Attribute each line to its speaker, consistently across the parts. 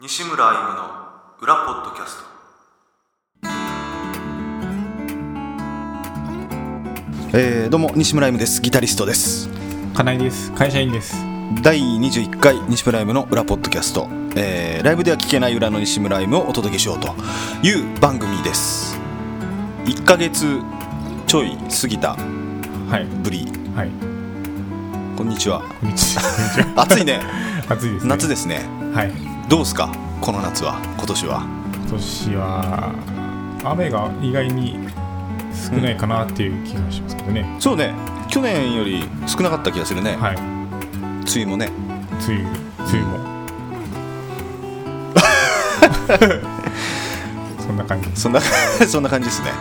Speaker 1: 西村歩夢の裏ポッドキャスト
Speaker 2: えー、どうも西村イムですギタリストです
Speaker 3: 金井です会社員です
Speaker 2: 第21回西村イムの裏ポッドキャスト、えー、ライブでは聞けない裏の西村イムをお届けしようという番組です1ヶ月ちょい過ぎた
Speaker 3: はい
Speaker 2: ぶり
Speaker 3: はい
Speaker 2: こんにちは
Speaker 3: こんにちは
Speaker 2: 暑 いね
Speaker 3: 暑いです、ね、
Speaker 2: 夏ですね
Speaker 3: はい
Speaker 2: どうすかこの夏は今年は
Speaker 3: 今年は雨が意外に少ないかなっていう気がしますけどね、
Speaker 2: そうね去年より少なかった気がするね、
Speaker 3: はい
Speaker 2: 梅雨もね
Speaker 3: 梅雨梅雨も そんな感じです
Speaker 2: そんなそんな感じですね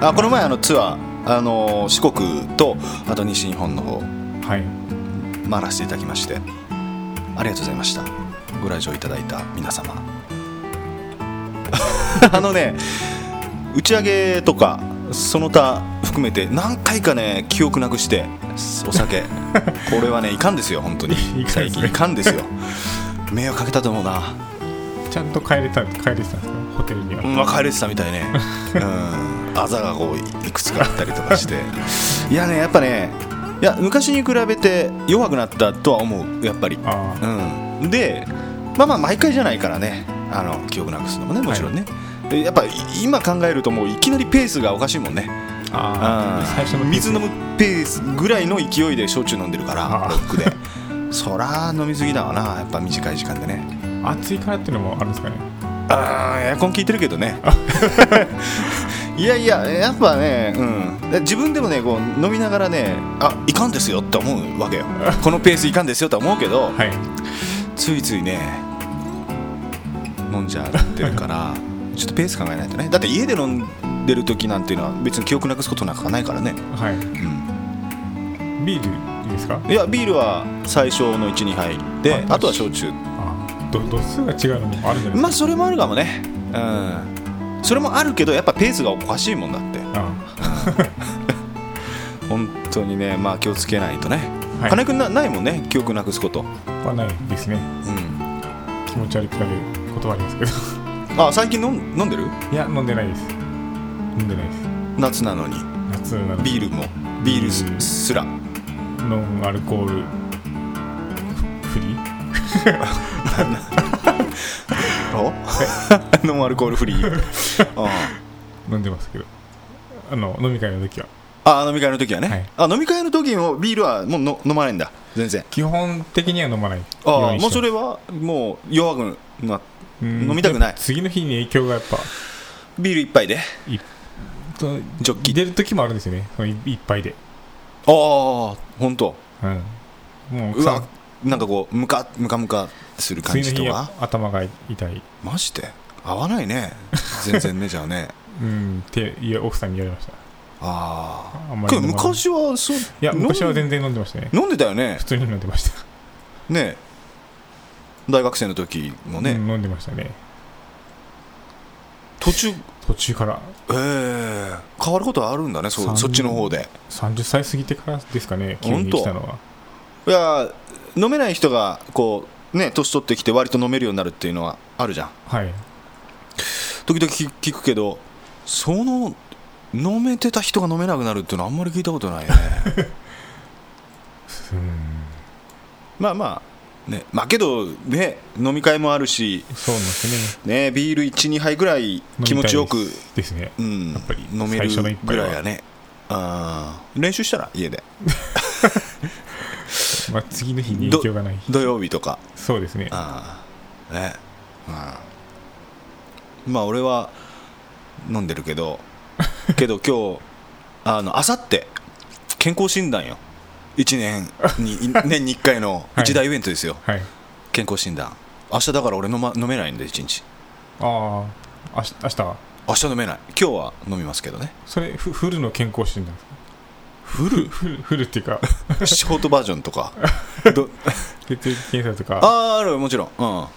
Speaker 2: あこの前あのツアー、あのー四国とあと西日本の方
Speaker 3: はい
Speaker 2: 回らせていただきましてありがとうございましたご来場いただいた皆様 あのね打ち上げとかその他含めて何回かね記憶なくしてお酒これは ねいかんですよ本当に
Speaker 3: いかん
Speaker 2: 最
Speaker 3: ですね
Speaker 2: 近いかんですよ迷惑かけたと思うな
Speaker 3: ちゃんと帰れた帰れてたんですかホテルには、
Speaker 2: うんまあ、帰れてたみたい ね、うん、あざがこういくつかあったりとかして、いやね、やっぱね、いや昔に比べて弱くなったとは思う、やっぱり。
Speaker 3: ああ
Speaker 2: うん、で、まあまあ、毎回じゃないからね、あの記憶なくすのもね、もちろんね。でやっぱい今考えると、もういきなりペースがおかしいもんね、う
Speaker 3: あ
Speaker 2: ん
Speaker 3: あ最初の
Speaker 2: 水飲むペースぐらいの勢いで焼酎飲んでるから、
Speaker 3: ああ
Speaker 2: ロッ クで、そら飲みすぎだわな、やっぱ短い時間でね。
Speaker 3: 暑いからっていうのもあるんですかね
Speaker 2: あーエアコン効いてるけど ねいやいややっぱね、うん、自分でもねこう飲みながらねあいかんですよって思うわけよこのペースいかんですよって思うけど、
Speaker 3: はい
Speaker 2: ついついね飲んじゃってるからちょっとペース考えないとねだって家で飲んでる時なんていうのは別に記憶なくすことなんかないからね、
Speaker 3: はい
Speaker 2: うん
Speaker 3: ビールいいですか
Speaker 2: いやビールは最初の12杯で
Speaker 3: あ
Speaker 2: あとは焼酎
Speaker 3: ああど度数が違うのもあるじゃないですか、
Speaker 2: まあそれもあるかもねうんそれもあるけどやっぱペースがおかしいもんだって
Speaker 3: あ
Speaker 2: 本当にね、まあ、気をつけないとね、
Speaker 3: はい
Speaker 2: 金井君なないもんね記憶なくすこと、
Speaker 3: あはないですね
Speaker 2: うん、
Speaker 3: 気持ち悪くなることはありますけど
Speaker 2: あ最近飲ん飲んでる
Speaker 3: いや飲んでないです飲んでないです
Speaker 2: 夏なのに
Speaker 3: 夏なので
Speaker 2: ビールもビールす
Speaker 3: うん
Speaker 2: すら
Speaker 3: ノンアルコールフリー
Speaker 2: おノンアルコールフリー あ
Speaker 3: 飲んでますけどあの飲み会の時は
Speaker 2: ああ飲み会の時はね、あ飲み会の時もビールはもうの飲まないんだ全然
Speaker 3: 基本的には飲まないよ
Speaker 2: ああ
Speaker 3: に
Speaker 2: もう
Speaker 3: し
Speaker 2: そ
Speaker 3: てま
Speaker 2: れはもう弱くな
Speaker 3: すうん
Speaker 2: 飲みたくない
Speaker 3: やっぱ次の日に影響がやっぱ
Speaker 2: ビール一杯で
Speaker 3: いと
Speaker 2: ジョッキ
Speaker 3: 出る時もあるんですよねそのいいっぱいで、
Speaker 2: ああ本当
Speaker 3: うん、もう
Speaker 2: うわ
Speaker 3: さ
Speaker 2: なんかこうムカムカムカする感
Speaker 3: 次
Speaker 2: じ
Speaker 3: の
Speaker 2: と
Speaker 3: 日
Speaker 2: か
Speaker 3: は頭が痛い、
Speaker 2: マジで合わないね全然ねじゃあ ね
Speaker 3: うん、っていや奥さんに言われました
Speaker 2: ああ
Speaker 3: あんまり
Speaker 2: けど
Speaker 3: 飲まない
Speaker 2: 昔はそうい
Speaker 3: いや昔は全然飲んでましたね
Speaker 2: 飲んでたよね
Speaker 3: 普通に飲んでました
Speaker 2: ね大学生の時もね、
Speaker 3: うん飲んでましたね
Speaker 2: 途中
Speaker 3: 途中から
Speaker 2: えー、変わることはあるんだね
Speaker 3: さ
Speaker 2: そ
Speaker 3: ん
Speaker 2: そっちの方で
Speaker 3: 30歳過ぎてからですかね急
Speaker 2: 本
Speaker 3: に
Speaker 2: 当
Speaker 3: 来たのはい
Speaker 2: やー飲めない人がこうね年取ってきて割と飲めるようになるっていうのはあるじゃん
Speaker 3: はい
Speaker 2: 時々聞聞くけどその飲めてた人が飲めなくなるっていうのはあんまり聞いたことないよね
Speaker 3: うん
Speaker 2: まあまあねまあけどね飲み会もあるし
Speaker 3: そうなんですね
Speaker 2: ねビール12杯ぐらい気持ちよ
Speaker 3: 飲み
Speaker 2: く
Speaker 3: たいですね
Speaker 2: うん、
Speaker 3: やっぱり
Speaker 2: 飲め
Speaker 3: 最初の
Speaker 2: る
Speaker 3: 一
Speaker 2: ぐ
Speaker 3: 杯は
Speaker 2: らいやねあー練習したら家で
Speaker 3: まあ次の日に影響がない日
Speaker 2: 土曜日とか
Speaker 3: そうですね
Speaker 2: あーね、うん、まあ俺は飲んでるけ どけど今日あのあさって健康診断よ1年 に年に1回の
Speaker 3: はい
Speaker 2: 一大イベントですよ、
Speaker 3: はい
Speaker 2: 健康診断明日だから俺飲,、ま、飲めないんで1日
Speaker 3: ああ明日明日
Speaker 2: 明日飲めない今日は飲みますけどね
Speaker 3: それフフルの健康診断ですかフルフルフルってい うか
Speaker 2: ショートバージョンとか ど
Speaker 3: 血液検査とか
Speaker 2: あーあるもちろん、うん、あ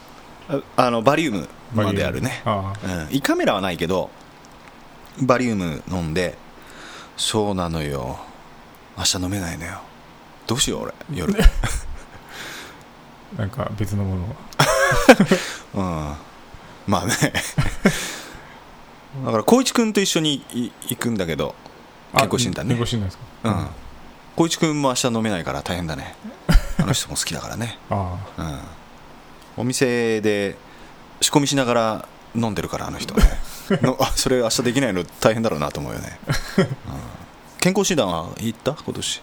Speaker 2: あのバリウムまであるね、
Speaker 3: あ
Speaker 2: うん、胃カメラはないけどバリウム飲んでそうなのよ明日飲めないのよどうしよう俺夜
Speaker 3: あなんか別のものを
Speaker 2: うん、まあねだから光一君と一緒にい行くんだけど
Speaker 3: あ
Speaker 2: 健康診断ね
Speaker 3: 健康診断ですか
Speaker 2: うん光一君も明日飲めないから大変だ ねあの人も好きだからね、
Speaker 3: あ
Speaker 2: うん、お店で仕込みしながら飲んでるからあの人ねのあそれ明日できないの大変だろうなと思うよね、うん健康診断は行った今年
Speaker 3: あ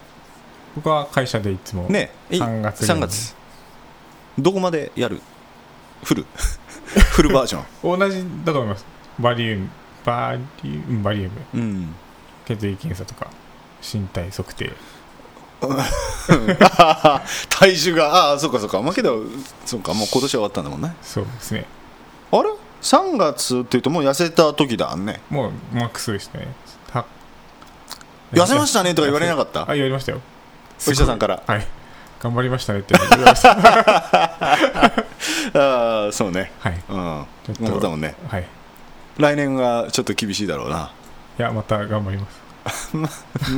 Speaker 3: 僕は会社でいつも
Speaker 2: ねい
Speaker 3: 3月ぐら
Speaker 2: 3
Speaker 3: い
Speaker 2: 月どこまでやるフル フルバージョン
Speaker 3: 同じだと思いますバリウムバリウムバリウム
Speaker 2: うん
Speaker 3: 血液検査とか身体測定
Speaker 2: あー体重がああーそうかそうかまあけどそうかもう今年は終わったんだもんね
Speaker 3: そうですね
Speaker 2: あれ3月っていうともう痩せた時だね
Speaker 3: もうマックスでしたねは
Speaker 2: 痩せましたねとか言われなかった
Speaker 3: あ言われましたよ
Speaker 2: お医者さんから
Speaker 3: はい頑張りましたねって 言われました
Speaker 2: ああそうね
Speaker 3: はい
Speaker 2: うん本
Speaker 3: ちょっと
Speaker 2: 当だもんね
Speaker 3: はいい
Speaker 2: 来年はちょっと厳しいだろうな
Speaker 3: やまた頑張ります
Speaker 2: ま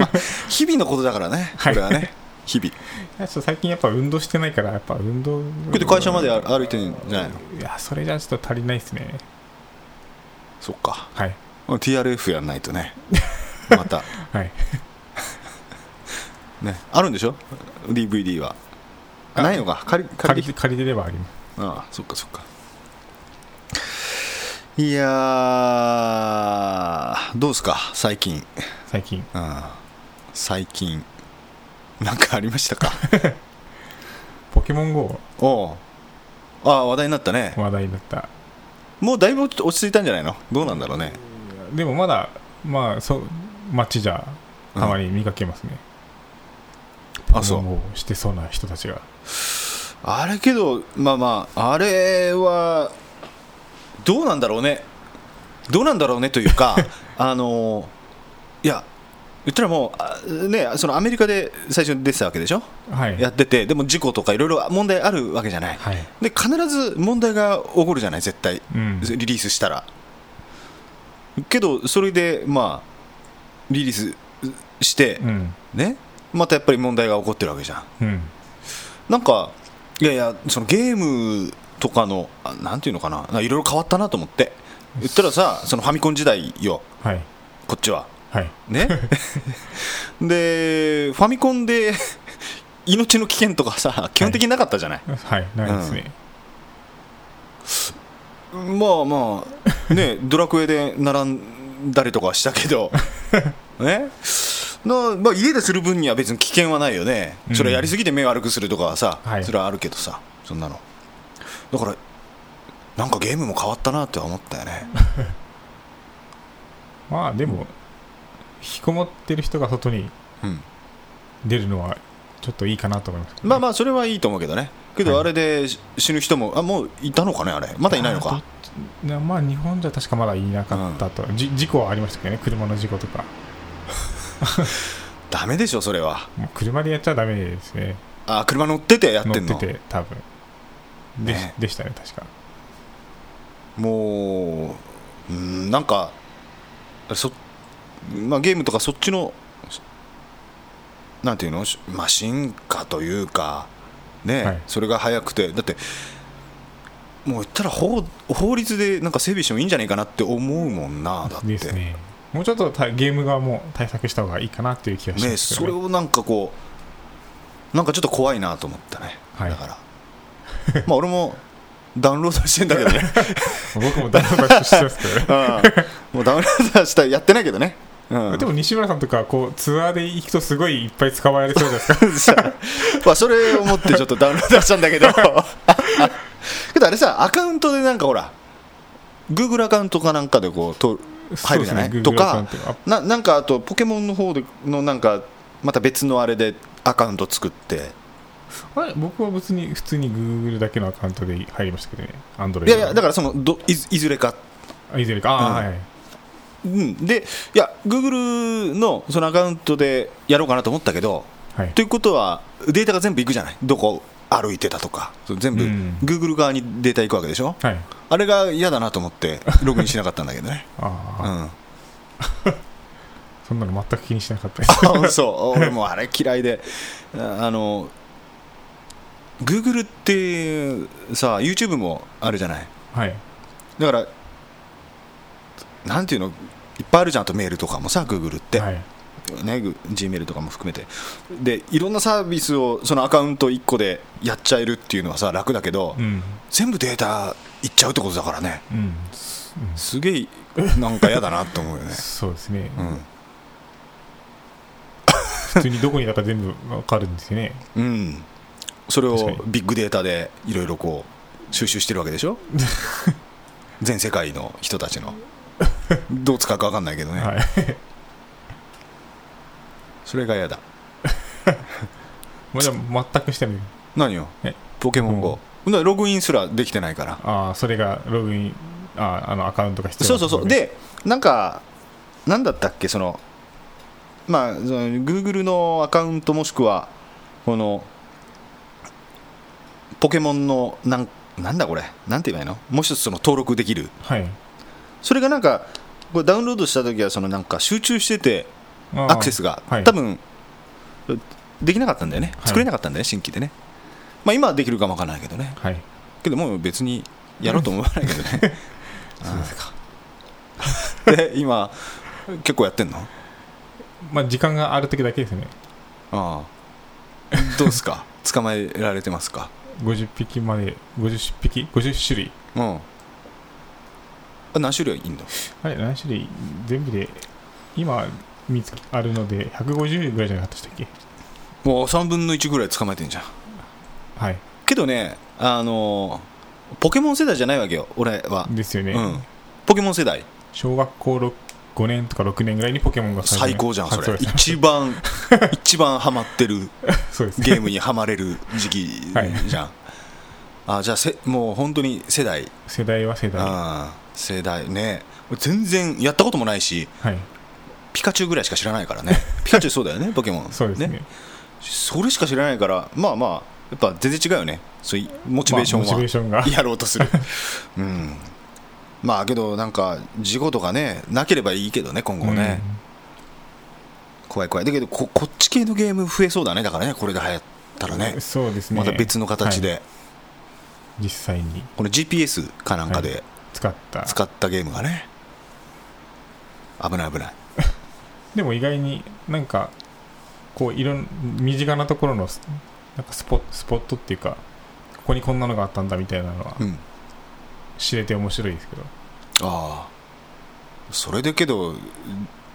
Speaker 2: あ日々のことだからねこ
Speaker 3: はい
Speaker 2: れはね日 々
Speaker 3: いやちょっと最近やっぱ運動してないからやっぱ運動
Speaker 2: これで会社まで歩いてんじゃないの
Speaker 3: いやそれじゃちょっと足りないですね
Speaker 2: そっか
Speaker 3: はい
Speaker 2: TRF やんないと ねまた
Speaker 3: はい
Speaker 2: ねあるんでしょ DVD はあないのか借り借
Speaker 3: 借
Speaker 2: り
Speaker 3: りて借りてればあります
Speaker 2: ああそっかそっかいやーどうですか最近、
Speaker 3: 最近
Speaker 2: うん、最近なんかありました か
Speaker 3: ポケモン GO
Speaker 2: おうああ話題になったね
Speaker 3: 話題になった
Speaker 2: もうだいぶ落ち着いたんじゃないのどうなんだろうね
Speaker 3: でもまだまあそう街じゃたまに見かけますね、
Speaker 2: あそう
Speaker 3: ポケモン GO をしてそうな人たちが
Speaker 2: あれけどまあまああれはどうなんだろうねどうなんだろうねという かあのいや言ったらもうあねそのアメリカで最初に出てたわけでしょ
Speaker 3: はい
Speaker 2: やってて、でも事故とかいろいろ問題あるわけじゃない、
Speaker 3: はい
Speaker 2: で必ず問題が起こるじゃない、絶対、
Speaker 3: うん
Speaker 2: リリースしたら。けど、それで、まあ、リリースして、
Speaker 3: うん
Speaker 2: ね、またやっぱり問題が起こってるわけじゃん。
Speaker 3: うん
Speaker 2: なんか、いやいや、そのゲームとかの、あなんていうのかな、なんかいろいろ変わったなと思って、言ったらさ、そのファミコン時代よ、
Speaker 3: はい
Speaker 2: こっちは。
Speaker 3: はい
Speaker 2: ね、で、ファミコンで 命の危険とかさ、基本的になかったじゃない、
Speaker 3: はいないですね、
Speaker 2: まあまあ、 ね、ドラクエで並んだりとかしたけ ど、ねなまあ、家でする分には別に危険はないよね、それはやりすぎて目悪くするとかはさ、
Speaker 3: はい
Speaker 2: それはあるけどさ、そんなの。だから、なんかゲームも変わったなって思ったよね。
Speaker 3: まあでも引きこもってる人が外に
Speaker 2: うん
Speaker 3: 出るのはちょっといいかなと思いますけどね、
Speaker 2: まあまあ、それはいいと思うけどね。けど、あれでし死ぬ人も、あもういたのかね、あれ、まだいないのか。
Speaker 3: なまあ日本じゃ確かまだいなかったと、じ事故はありましたけどね車の事故とか
Speaker 2: だめでしょ、それは。
Speaker 3: もう車でやっちゃダメですね
Speaker 2: あ車乗っててやってん
Speaker 3: 乗
Speaker 2: の
Speaker 3: ってて多分で,、
Speaker 2: ね
Speaker 3: でしたね確か
Speaker 2: もう、うん、なんかそ、まあ、ゲームとかそっちのしなんていうの、しまあ、進化というか、ね
Speaker 3: はい
Speaker 2: それが早くてだってもう言ったら法法律でなんか整備してもいいんじゃないかなって思うもんなだって
Speaker 3: ですねもうちょっとたゲーム側も対策した方がいいかなっていう気がしま
Speaker 2: ね
Speaker 3: すけ
Speaker 2: そ
Speaker 3: ど
Speaker 2: れ
Speaker 3: ね、
Speaker 2: をなんかこうなんかちょっと怖いなと思ったね、
Speaker 3: はい
Speaker 2: だから まあ俺もダウンロードしてんだけど ね
Speaker 3: 僕もだいぶ爆笑してますけどね
Speaker 2: うんもうダウンロードはしたやってないけどね、うん
Speaker 3: で、も西村さんとかこうツアーで行くとすごいいっぱい捕まえられそうじゃないですか
Speaker 2: さまあそれを思ってちょっとダウンロードはしたんだ けどけどあれさアカウントでなんかほら Google アカウントかなんかでこうと 入るじゃない、
Speaker 3: そうですね
Speaker 2: と
Speaker 3: Google アカウ
Speaker 2: か
Speaker 3: ントが
Speaker 2: ななんかあとポケモンの方でのなんかまた別のあれでアカウント作って
Speaker 3: あれ僕は別に普通に Google だけのアカウントで入りましたけどねアンドロイ
Speaker 2: い
Speaker 3: ド
Speaker 2: やいやだからそのどいずいずれか
Speaker 3: あいずれかああ、
Speaker 2: うん
Speaker 3: はい
Speaker 2: うん、でいや、グーグルのそのアカウントでやろうかなと思ったけど、
Speaker 3: はい
Speaker 2: ということは、データが全部いくじゃない、どこ歩いてたとか、そう全部、
Speaker 3: う
Speaker 2: グ
Speaker 3: ん
Speaker 2: ーグル側にデータいくわけでしょ、
Speaker 3: はい
Speaker 2: あれが嫌だなと思 って、ログインしなかったんだけどね、
Speaker 3: あ
Speaker 2: う
Speaker 3: あ、
Speaker 2: ん、
Speaker 3: そんなの全く気にしなかったです
Speaker 2: そう、俺もあれ嫌いで、ああの Google ってさ YouTube もあるじゃない
Speaker 3: はい
Speaker 2: だからなんていうのいっぱいあるじゃんあとメールとかもさ Google って、
Speaker 3: はい
Speaker 2: ね、グ Gmail とかも含めてでいろんなサービスをそのアカウント1個でやっちゃえるっていうのはさ楽だけど、
Speaker 3: うん
Speaker 2: 全部データいっちゃうってことだからね
Speaker 3: うん、うん、
Speaker 2: すげえなんか嫌だなと思うよね
Speaker 3: そうですね、
Speaker 2: うん
Speaker 3: 普通にどこにだか全部わかるんですよね
Speaker 2: うん、それ
Speaker 3: 確
Speaker 2: を
Speaker 3: か
Speaker 2: ビッグデータでいろいろこう収集してるわけでし ょ全世界の人たちのどう使うか分かんないけどね、
Speaker 3: はい
Speaker 2: それが嫌だ
Speaker 3: まあじゃあ全くしてない
Speaker 2: 何よ
Speaker 3: え
Speaker 2: ポケモン GO、なログインすらできてないから
Speaker 3: ああそれがログインあああのアカウントが必要
Speaker 2: そう
Speaker 3: な
Speaker 2: そう
Speaker 3: とこ
Speaker 2: そ
Speaker 3: ろ
Speaker 2: うでなんかなんだったっけそのまあその Google のアカウントもしくはこのポケモンのなんなんだこれなんて言えばいいのもう一つその登録できる
Speaker 3: はい
Speaker 2: それがなんかこれダウンロードした時はそのなんか集中してて
Speaker 3: あー
Speaker 2: アクセスが、
Speaker 3: はい
Speaker 2: 多分できなかったんだよね
Speaker 3: はい
Speaker 2: 作れなかったんだよね、新規でねまあ今はできるかもわからないけどね
Speaker 3: はい
Speaker 2: けどもう別にやろうと思わないけどね そうですか で今結構やってんのあ
Speaker 3: まあ時間がある時だけですね
Speaker 2: あどうですか捕まえられてますか
Speaker 3: 50匹まで50匹50種類
Speaker 2: うんあ何種類いんの
Speaker 3: あれ何種類全部で今見つけあるので150ぐらいじゃなかったでしたっけ
Speaker 2: もう3分の1ぐらい捕まえてんじゃん
Speaker 3: はい
Speaker 2: けどねあのポケモン世代じゃないわけよ俺は、
Speaker 3: ですよね、
Speaker 2: うんポケモン世代
Speaker 3: 小学校6 5年とか6年ぐらいにポケモンが始まる
Speaker 2: 最高じゃんそ
Speaker 3: あ
Speaker 2: れ
Speaker 3: うです
Speaker 2: 一番 一番ハマってる
Speaker 3: そうです
Speaker 2: ゲームにはまれる時期じゃん、あじゃあせもう本当に世代
Speaker 3: 世代は世代は
Speaker 2: ああ世代ね全然やったこともないし
Speaker 3: い
Speaker 2: ピカチュウぐらいしか知らないから ねピカチュウそうだよねポケモン
Speaker 3: そうですね
Speaker 2: それしか知らないからまあまあやっぱ全然違うよねそういうモチベーション
Speaker 3: まあモチベー
Speaker 2: は
Speaker 3: ションが
Speaker 2: やろうとするうんまあけどなんか事故とかねなければいいけどね今後ね、怖い怖いだけどここっち系のゲーム増えそうだねだからねこれが流行ったらね
Speaker 3: うんそうですね
Speaker 2: また別の形で、
Speaker 3: はい実際に
Speaker 2: この GPS かなんかで
Speaker 3: 使った
Speaker 2: 使ったゲームがね危ない危ない
Speaker 3: でも意外になんかこういろん身近なところのなんかスポスポットっていうかここにこんなのがあったんだみたいなのは
Speaker 2: うん
Speaker 3: 知れて面白いですけど、
Speaker 2: ああそれでけど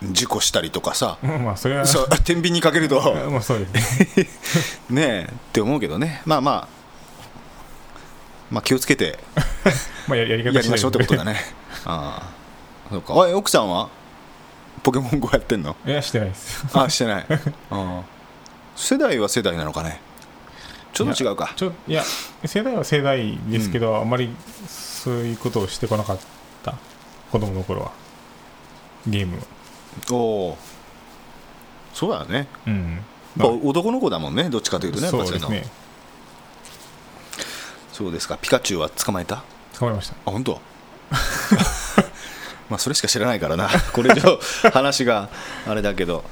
Speaker 2: 事故したりとかさ
Speaker 3: まあそれは
Speaker 2: そう天秤にかけると
Speaker 3: まあそうですね
Speaker 2: ねえって思うけどねまあまあまあ気をつけて
Speaker 3: まあややり方
Speaker 2: やりましょうってことだ
Speaker 3: ね。
Speaker 2: ね ああそうかおい奥さんはポケモン GO やってんの
Speaker 3: いや、してないです。
Speaker 2: ああして ないああ世代は世代なのかねちょっと違うか
Speaker 3: ちょいや、世代は世代ですけど、あまりそういうことをしてこなかった、子供の頃は。ゲームを。
Speaker 2: おおーそうだよね
Speaker 3: うん。
Speaker 2: やっぱ男の子だもんねどっちかというとねやっぱ
Speaker 3: そうです
Speaker 2: そういうの
Speaker 3: ね。
Speaker 2: そうですかピカチュウは捕まえた
Speaker 3: 捕まりました。
Speaker 2: あ本当 まあそれしか知らないからな これ以上話があれだけど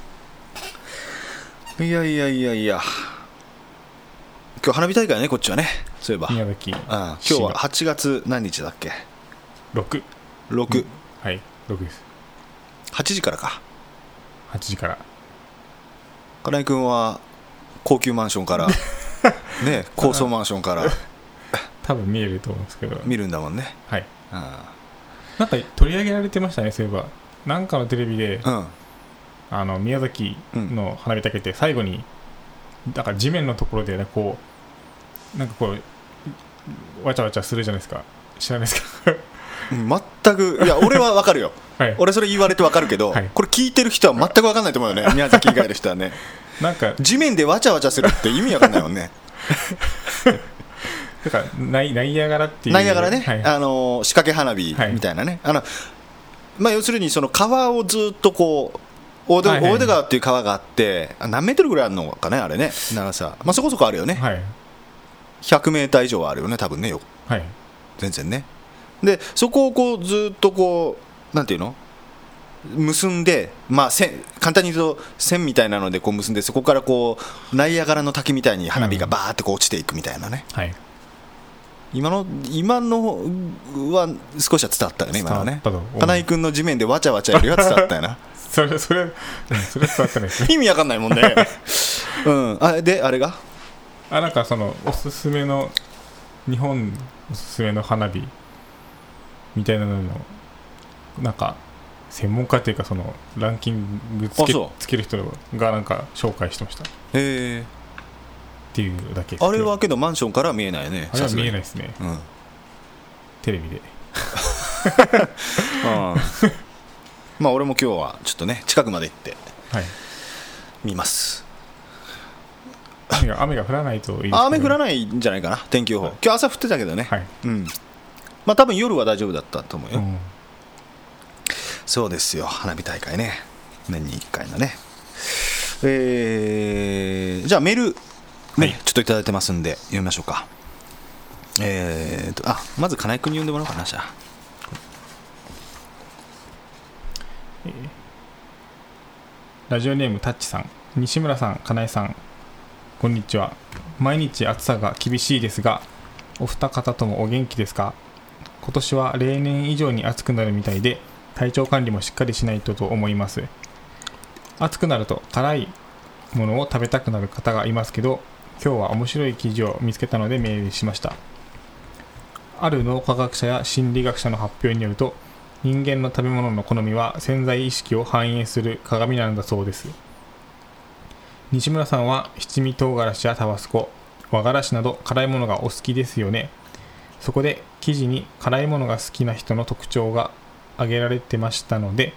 Speaker 2: いやいやいやいや今日花火大会ねこっちはねそういえば、うん、
Speaker 3: 宮崎。
Speaker 2: 今日は8月何日だっけ
Speaker 3: 6。
Speaker 2: 68
Speaker 3: はい、6です。
Speaker 2: 時からか
Speaker 3: 8時から。
Speaker 2: 金井君は高級マンションから ね高層マンションから
Speaker 3: 多分見えると思うんですけど。
Speaker 2: 見るんだもんね
Speaker 3: はい。
Speaker 2: う
Speaker 3: なんか取り上げられてましたね、そういえば。なんかのテレビで、
Speaker 2: ん、うん、
Speaker 3: あの宮崎の花火大会って最後に、だから地面のところで、ね、こうなんかこうわちゃわちゃするじゃないですか知らないですか
Speaker 2: うん全くいや俺は分かるよ
Speaker 3: はい
Speaker 2: 俺それ言われて分かるけど、
Speaker 3: はい
Speaker 2: これ聞いてる人は全く分かんないと思うよね宮崎以外の人はね
Speaker 3: なんか
Speaker 2: 地面でわちゃわちゃするって意味分かんないもん ね
Speaker 3: だからナイナイアガラっていう
Speaker 2: ナイアガラね、
Speaker 3: はい、
Speaker 2: あのー仕掛け花火みたいなね、あのまあ、要するにその川をずっとこう大出
Speaker 3: はいはい
Speaker 2: 大出川っていう川があってあ何メートルぐらいあるのかねあれね長さ、まあ、そこそこあるよね、
Speaker 3: はい
Speaker 2: 100メーター以上はあるよね多分ねよ
Speaker 3: はい
Speaker 2: 全然ねでそこをこうずっとこうなんていうの結んで、まあ、線簡単に言うと線みたいなのでこう結んでそこからこうナイアガラの滝みたいに花火がバーってこう落ちていくみたいなね、
Speaker 3: はい
Speaker 2: 今の今のは少しは伝わったよね今のはね
Speaker 3: 伝わったと思う
Speaker 2: 花井君の地面でわちゃわちゃよりは伝わったよな
Speaker 3: それそれうんそれ伝わってないです ね
Speaker 2: 意味わかんないもんね うんあであれが
Speaker 3: あなんかそのおすすめの日本おすすめの花火みたいなののなんか専門家っていうかそのランキングつ
Speaker 2: あ
Speaker 3: け
Speaker 2: そう
Speaker 3: つける人がなんか紹介してましたっ
Speaker 2: え
Speaker 3: ていうだけです
Speaker 2: ー、あれはけどマンションからは見えないよね、
Speaker 3: あれは見えないいですね
Speaker 2: うん、
Speaker 3: テレビで
Speaker 2: まあ俺も今日はちょっとね近くまで行って
Speaker 3: はい
Speaker 2: 見ます
Speaker 3: 雨が雨が降らないといいですけど
Speaker 2: あ雨降らないんじゃないかな天気予報今日朝降ってたけどね、
Speaker 3: はい、
Speaker 2: うんまあ多分夜は大丈夫だったと思う
Speaker 3: う
Speaker 2: よ、
Speaker 3: ん、
Speaker 2: そうですよ花火大会ね年に1回のねえーじゃあメール、ね
Speaker 3: はい
Speaker 2: ちょっといただいてますんで読みましょうかえーとあまず金井君に呼んでもらおうかなじゃあ
Speaker 3: ラジオネームタッチさん西村さん金井さんこんにちは毎日暑さが厳しいですがお二方ともお元気ですか今年は例年以上に暑くなるみたいで体調管理もしっかりしないとと思います暑くなると辛いものを食べたくなる方がいますけど今日は面白い記事を見つけたのでメールしましたある脳科学者や心理学者の発表によると人間の食べ物の好みは潜在意識を反映する鏡なんだそうです西村さんは七味唐辛子やタバスコ和辛子など辛いものがお好きですよねそこで記事に辛いものが好きな人の特徴が挙げられてましたので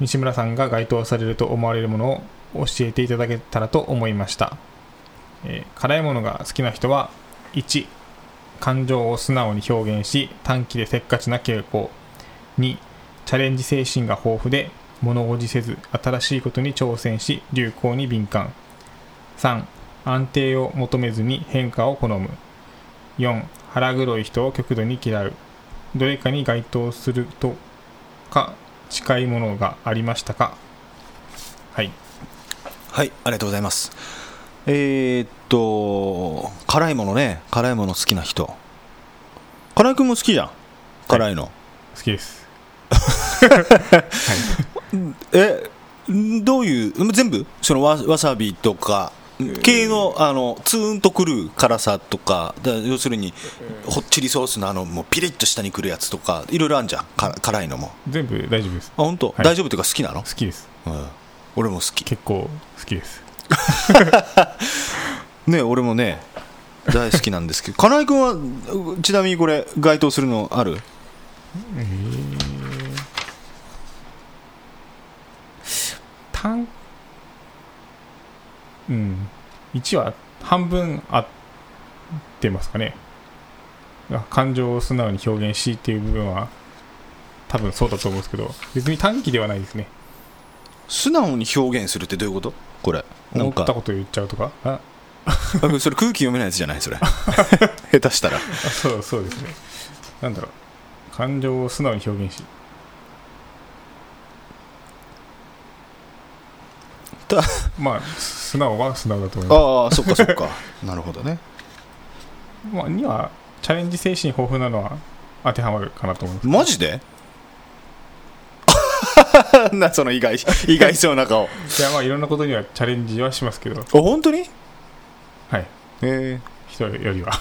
Speaker 3: 西村さんが該当されると思われるものを教えていただけたらと思いました、えー辛いものが好きな人は1感情を素直に表現し短期でせっかちな傾向2チャレンジ精神が豊富で物おじせず新しいことに挑戦し流行に敏感3安定を求めずに変化を好む4腹黒い人を極度に嫌うどれかに該当するとか近いものがありましたかはい
Speaker 2: はいありがとうございますえーっと辛いものね辛いもの好きな人金井君も好きじゃん辛いの、
Speaker 3: 好きです
Speaker 2: えんどういう全部そのわわさびとか系のあのツーンとくる辛さとかだ要するにホッチリソースのあのもうピリッと下にくるやつとかいろいろあるじゃんか辛いのもあ
Speaker 3: 全部大丈夫です
Speaker 2: 本当、
Speaker 3: い
Speaker 2: 大丈夫というか好きなの
Speaker 3: 好、きです
Speaker 2: うん、俺も好き
Speaker 3: 結構好きです
Speaker 2: ね俺もね大好きなんです けど金井君はうちなみにこれ該当するのある
Speaker 3: たんうん1は半分合ってますかねあ感情を素直に表現しっていう部分は多分そうだと思うんですけど別に短期ではないですね
Speaker 2: 素直に表現するってどういうことこれな
Speaker 3: 思
Speaker 2: ん
Speaker 3: った
Speaker 2: か
Speaker 3: こと言っちゃうとかあ
Speaker 2: あそれ空気読めないやつじゃない それ下手 したら
Speaker 3: あそうそうですねなんだろう感情を素直に表現し
Speaker 2: た
Speaker 3: まあ素直は素直だと思います
Speaker 2: ああそっかそっかなるほどね
Speaker 3: まあ、にはチャレンジ精神豊富なのは当てはまるかなと思います。
Speaker 2: マジで なんだその意 外意外そうな顔あ
Speaker 3: いやまあいろんなことにはチャレンジはしますけど、
Speaker 2: 本当に
Speaker 3: はい、
Speaker 2: え
Speaker 3: 人よりは。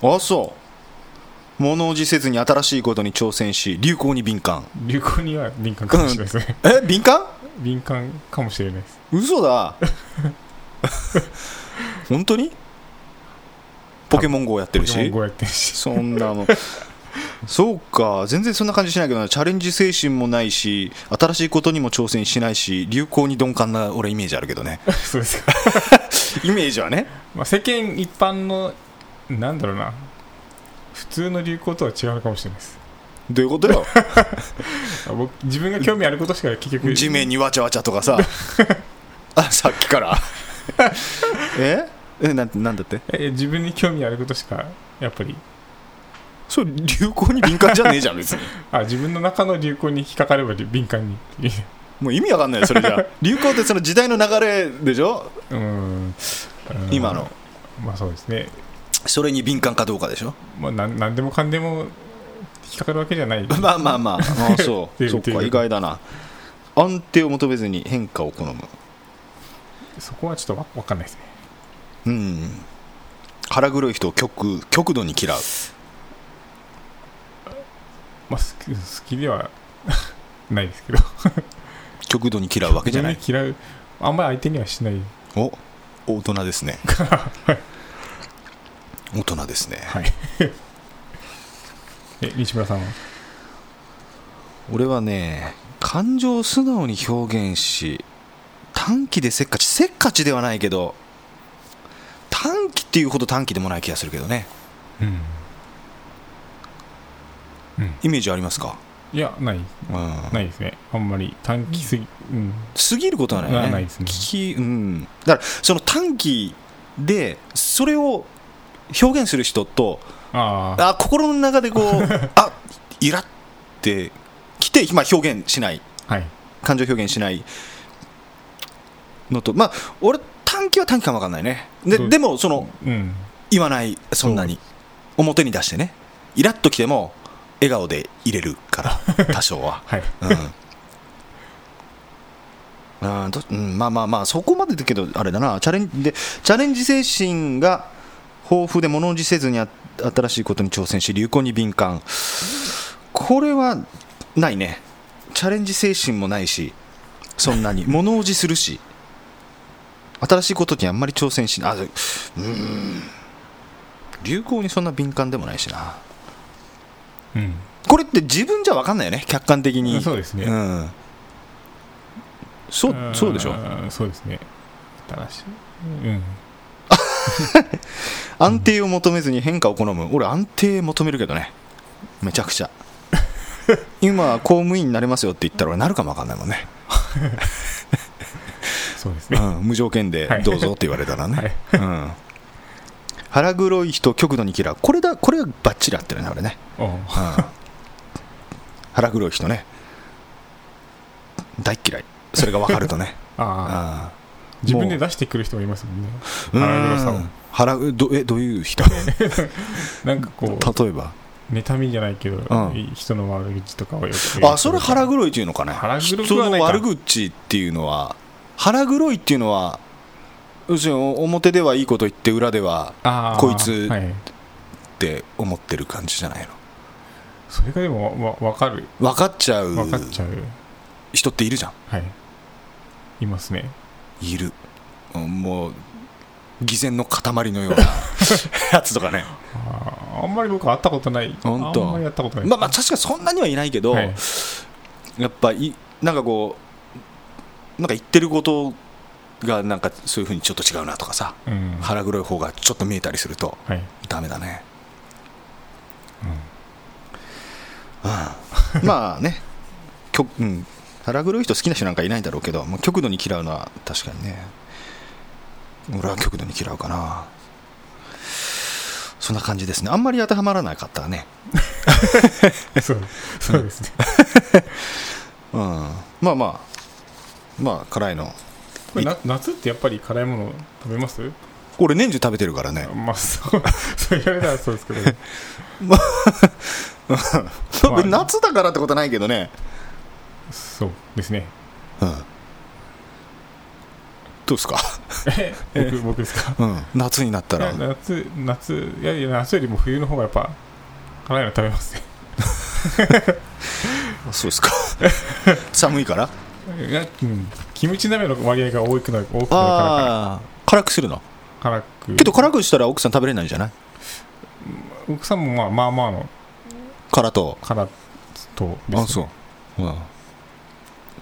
Speaker 2: ー、あそう物おじせずに新しいことに挑戦し流行に敏感
Speaker 3: 流行には敏感かもしれないですね。
Speaker 2: え敏感
Speaker 3: 敏感かもしれないです。
Speaker 2: 嘘 だ本当にポケモン GO やってる
Speaker 3: ポケモン
Speaker 2: し
Speaker 3: GO やってるし。
Speaker 2: そんなのそうか全然そんな感じしないけどなチャレンジ精神もないし新しいことにも挑戦しないし流行に鈍感な俺イメージあるけど ね
Speaker 3: そうですか。
Speaker 2: イメージはね
Speaker 3: まあ世間一般の、なんだろうな、普通の流行とは違うかもしれないです。
Speaker 2: どういうことよ
Speaker 3: あ僕自分が興味あることしか結 局、
Speaker 2: 地面にわちゃわちゃと かさあさっきからええなんなんだって
Speaker 3: え自分に興味あることしかやっぱり
Speaker 2: それ流行に敏感じゃねえじゃん別に
Speaker 3: あ自分の中の流行に引っかかれば敏感にってい う
Speaker 2: もう意味わかんないよそれじ ゃあ流行ってその時代の流れでしょ
Speaker 3: うーんうーん
Speaker 2: 今の
Speaker 3: まあそうですね
Speaker 2: それに敏感かどうかでしょ
Speaker 3: まあなん何でもかんでも引っかかるわけじゃない
Speaker 2: まあまあまあああそ
Speaker 3: 出
Speaker 2: う
Speaker 3: る
Speaker 2: そっ
Speaker 3: 出
Speaker 2: か
Speaker 3: る
Speaker 2: 意外だな安定を求めずに変化を好む
Speaker 3: そこはちょっとわわかんないですね
Speaker 2: うん腹黒い人を極極度に嫌う
Speaker 3: まあ好き好きではないですけど
Speaker 2: 極度に嫌うわけじゃない
Speaker 3: 全然嫌うあんまり相手にはしない
Speaker 2: お大人です ね大人ですね
Speaker 3: はいえ西村さんは
Speaker 2: 俺はね感情を素直に表現し短期でせっかちせっかちではないけど短期っていうほど短期でもない気がするけどね
Speaker 3: うん
Speaker 2: イメージありますか、
Speaker 3: いやない
Speaker 2: うん、
Speaker 3: ないですねあんまり短期すぎうん
Speaker 2: 過ぎることはないよね
Speaker 3: なないですね
Speaker 2: 聞きうん、だからその短期でそれを表現する人と
Speaker 3: ああ
Speaker 2: あ心の中で こうあイラってきて今表現しない
Speaker 3: はい
Speaker 2: 感情表現しないのとまあ俺短期は短期かもわかんないねで
Speaker 3: どう
Speaker 2: でもその
Speaker 3: うん
Speaker 2: 言わないそんなに表に出してねイラッときても笑顔で入れるから 多少は
Speaker 3: はい
Speaker 2: うんうんどうんまあまあまあそこまでだけどあれだなチャレンジでチャレンジ精神が豊富で物おじせずにあ新しいことに挑戦し流行に敏感これはないねチャレンジ精神もないしそんな に物おじするし新しいことにあんまり挑戦しないあうーん流行にそんな敏感でもないしな
Speaker 3: うん
Speaker 2: これって自分じゃ分かんないよね客観的に
Speaker 3: そうですね
Speaker 2: うん、そ
Speaker 3: ん
Speaker 2: そうでしょ
Speaker 3: そうですね新しいうん
Speaker 2: 安定を求めずに変化を好む俺安定求めるけどねめちゃくちゃ 今公務員になれますよって言ったら俺なるかも分かんないもんね、
Speaker 3: そうです
Speaker 2: う
Speaker 3: ね
Speaker 2: ん、無条件で
Speaker 3: はい
Speaker 2: どうぞって言われたらね、
Speaker 3: はい
Speaker 2: うん、腹黒い人極度に嫌うこれだこれがバッチリ合ってるね俺ね、
Speaker 3: おう
Speaker 2: うん、 腹黒い人ね大っ嫌いそれが分かると ね、う
Speaker 3: ああ
Speaker 2: ん
Speaker 3: 自分で出してくる人もいますもんね
Speaker 2: う
Speaker 3: 腹黒さを
Speaker 2: ん腹どえどういう 人
Speaker 3: なんかこう
Speaker 2: 例えば
Speaker 3: 妬みじゃないけど、
Speaker 2: うん
Speaker 3: い人の悪口とかをよく
Speaker 2: あそれ腹黒いっていうのかね
Speaker 3: 腹黒
Speaker 2: 人
Speaker 3: くはな
Speaker 2: の
Speaker 3: いか
Speaker 2: 悪口っていうのは腹黒いっていうのは要するに表ではいいこと言って裏では
Speaker 3: あー
Speaker 2: こいつ
Speaker 3: はい、
Speaker 2: って思ってる感じじゃない
Speaker 3: それがでもわわかる
Speaker 2: の分かっちゃう
Speaker 3: わかっちゃう
Speaker 2: 人っているじゃ
Speaker 3: はいいますね
Speaker 2: んいるうんもう偽善の塊のよう なやつとかね
Speaker 3: あーあんまり僕会ったことない
Speaker 2: 本当
Speaker 3: あんまりやったことない
Speaker 2: まあまあ確かにそんなにはいないけど、
Speaker 3: はい
Speaker 2: やっぱいなんかこうなんか言ってることがなんかそういうふうにちょっと違うなとかさ
Speaker 3: うんは
Speaker 2: 腹黒い方がちょっと見えたりすると
Speaker 3: い、
Speaker 2: ダメだね
Speaker 3: うん
Speaker 2: うん まあね極、うん、腹黒い人好きな人なんかいないだろうけど、まあ、極度に嫌うのは確かにね俺は極度に嫌うかなそんな感じですねあんまり当てはまらなかったね、
Speaker 3: えそうそうですね
Speaker 2: うん、まあまあまあ 辛いの
Speaker 3: これな夏ってやっぱり辛いもの食べます
Speaker 2: 俺年中食べてるからね
Speaker 3: まあそう そう言われたらそうですけど まあ
Speaker 2: 夏だからってことないけどね、
Speaker 3: そうですね
Speaker 2: うん、どうですか、
Speaker 3: え僕僕ですか
Speaker 2: うん、夏になった
Speaker 3: い や
Speaker 2: ら
Speaker 3: 夏夏いやいや夏よりも冬の方がやっぱ辛いの食べますね
Speaker 2: そうですか 寒 いから
Speaker 3: いやうんキムチ鍋の割合が多くなる多くなるか
Speaker 2: ああ 辛くするの
Speaker 3: ら辛く
Speaker 2: けど辛くしたら奥さん食べれないんじゃない
Speaker 3: 奥さんもまあまあまあの
Speaker 2: 辛と
Speaker 3: 辛とです、ね、
Speaker 2: う、うん、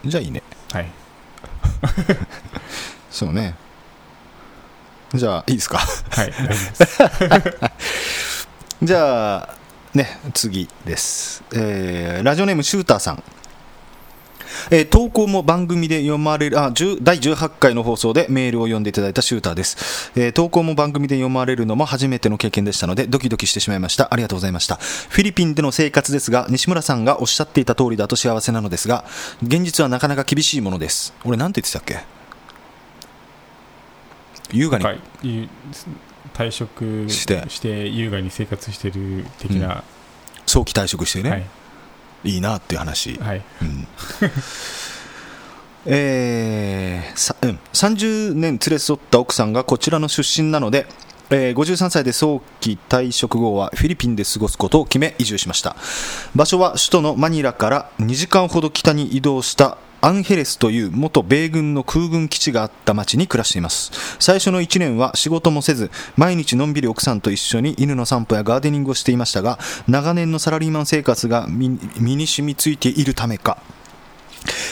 Speaker 2: じゃあいいね
Speaker 3: はい
Speaker 2: そうねじゃあいいですか
Speaker 3: はい大丈夫です
Speaker 2: じゃあね次です、えーラジオネームシューターさんえー投稿も番組で読まれるあ10第18回の放送でメールを読んでいただいたシューターです、えー投稿も番組で読まれるのも初めての経験でしたのでドキドキしてしまいましたありがとうございましたフィリピンでの生活ですが西村さんがおっしゃっていた通りだと幸せなのですが現実はなかなか厳しいものです俺なんて言ってたっけ優雅に、
Speaker 3: はい、い退職
Speaker 2: して
Speaker 3: して優雅に生活してる的な、
Speaker 2: 早期退職してね、
Speaker 3: はい、
Speaker 2: い、いなっていう話、
Speaker 3: はい、
Speaker 2: えーさうん、30年連れ添った奥さんがこちらの出身なので、えー53歳で早期退職後はフィリピンで過ごすことを決め移住しました場所は首都のマニラから2時間ほど北に移動したアンヘレスという元米軍の空軍基地があった町に暮らしています最初の1年は仕事もせず毎日のんびり奥さんと一緒に犬の散歩やガーデニングをしていましたが長年のサラリーマン生活が身に身に染みついているためか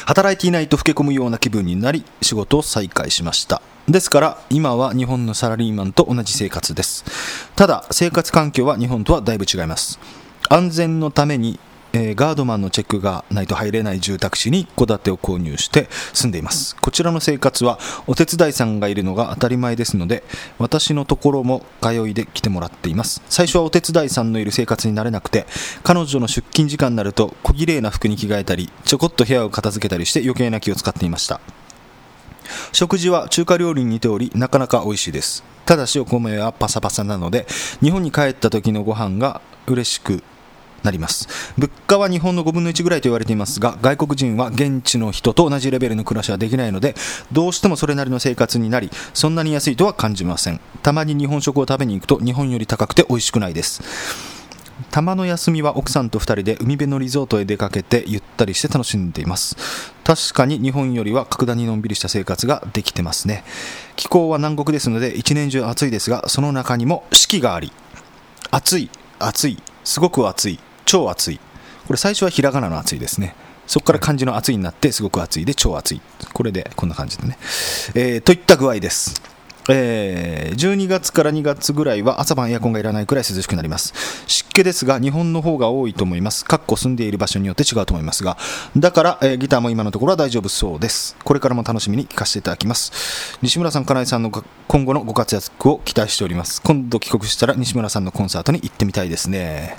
Speaker 2: 働いていないと老け込むような気分になり仕事を再開しましたですから今は日本のサラリーマンと同じ生活ですただ生活環境は日本とはだいぶ違います安全のために、えーガードマンのチェックがないと入れない住宅地に一戸建てを購入して住んでいますこちらの生活はお手伝いさんがいるのが当たり前ですので私のところも通いで来てもらっています最初はお手伝いさんのいる生活になれなくて彼女の出勤時間になると小綺麗な服に着替えたりちょこっと部屋を片付けたりして余計な気を使っていました食事は中華料理に似ておりなかなか美味しいですただしお米はパサパサなので日本に帰った時のご飯が嬉しくなります物価は日本の5分の1ぐらいと言われていますが外国人は現地の人と同じレベルの暮らしはできないのでどうしてもそれなりの生活になりそんなに安いとは感じませんたまに日本食を食べに行くと日本より高くて美味しくないですたまの休みは奥さんと2人で海辺のリゾートへ出かけてゆったりして楽しんでいます確かに日本よりは格段にのんびりした生活ができてますね気候は南国ですので一年中暑いですがその中にも四季があり暑い暑いすごく暑い超暑いこれ最初はひらがなの暑いですねそこから漢字の暑いになってすごく暑いで超暑いこれでこんな感じでね、えーといった具合ですえー12月から2月ぐらいは朝晩エアコンがいらないくらい涼しくなります湿気ですが日本の方が多いと思いますかっこ住んでいる場所によって違うと思いますがだから、えーギターも今のところは大丈夫そうですこれからも楽しみに聞かせていただきます西村さん金井さんのが今後のご活躍を期待しております今度帰国したら西村さんのコンサートに行ってみたいですね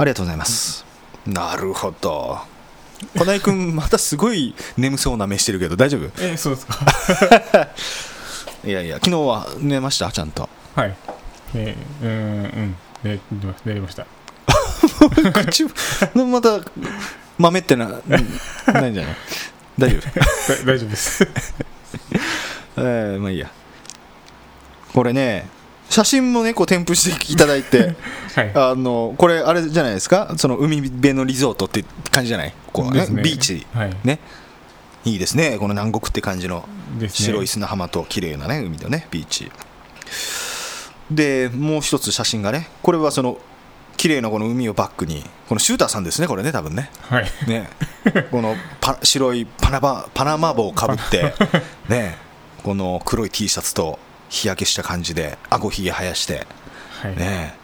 Speaker 2: ありがとうございますなるほど金井君またすごい眠そうな目してるけど大丈夫
Speaker 3: えそうですか
Speaker 2: いやいや昨日は寝ましたちゃんと
Speaker 3: はいえー、うーんうん寝寝ま寝れました
Speaker 2: 口また豆ってなないん じゃない大丈夫
Speaker 3: だ大丈夫です
Speaker 2: えー、まあいいやこれね写真もねこう添付していただい て
Speaker 3: はい
Speaker 2: あのこれあれじゃないですかその海辺のリゾートって感じじゃないこう、
Speaker 3: で
Speaker 2: ね
Speaker 3: すね
Speaker 2: ビーチ
Speaker 3: はい
Speaker 2: ねいいですねこの南国って感じの
Speaker 3: ですね
Speaker 2: 白い砂浜と綺麗なね海のねビーチでもう一つ写真がねこれはその綺麗なこの海をバックにこのシューターさんですねこれね多分ね
Speaker 3: はい
Speaker 2: ね、このパ白いパナマパナマ帽をかぶって、ね、この黒い T シャツと日焼けした感じで、あごひげ生やして、
Speaker 3: はい、
Speaker 2: ね、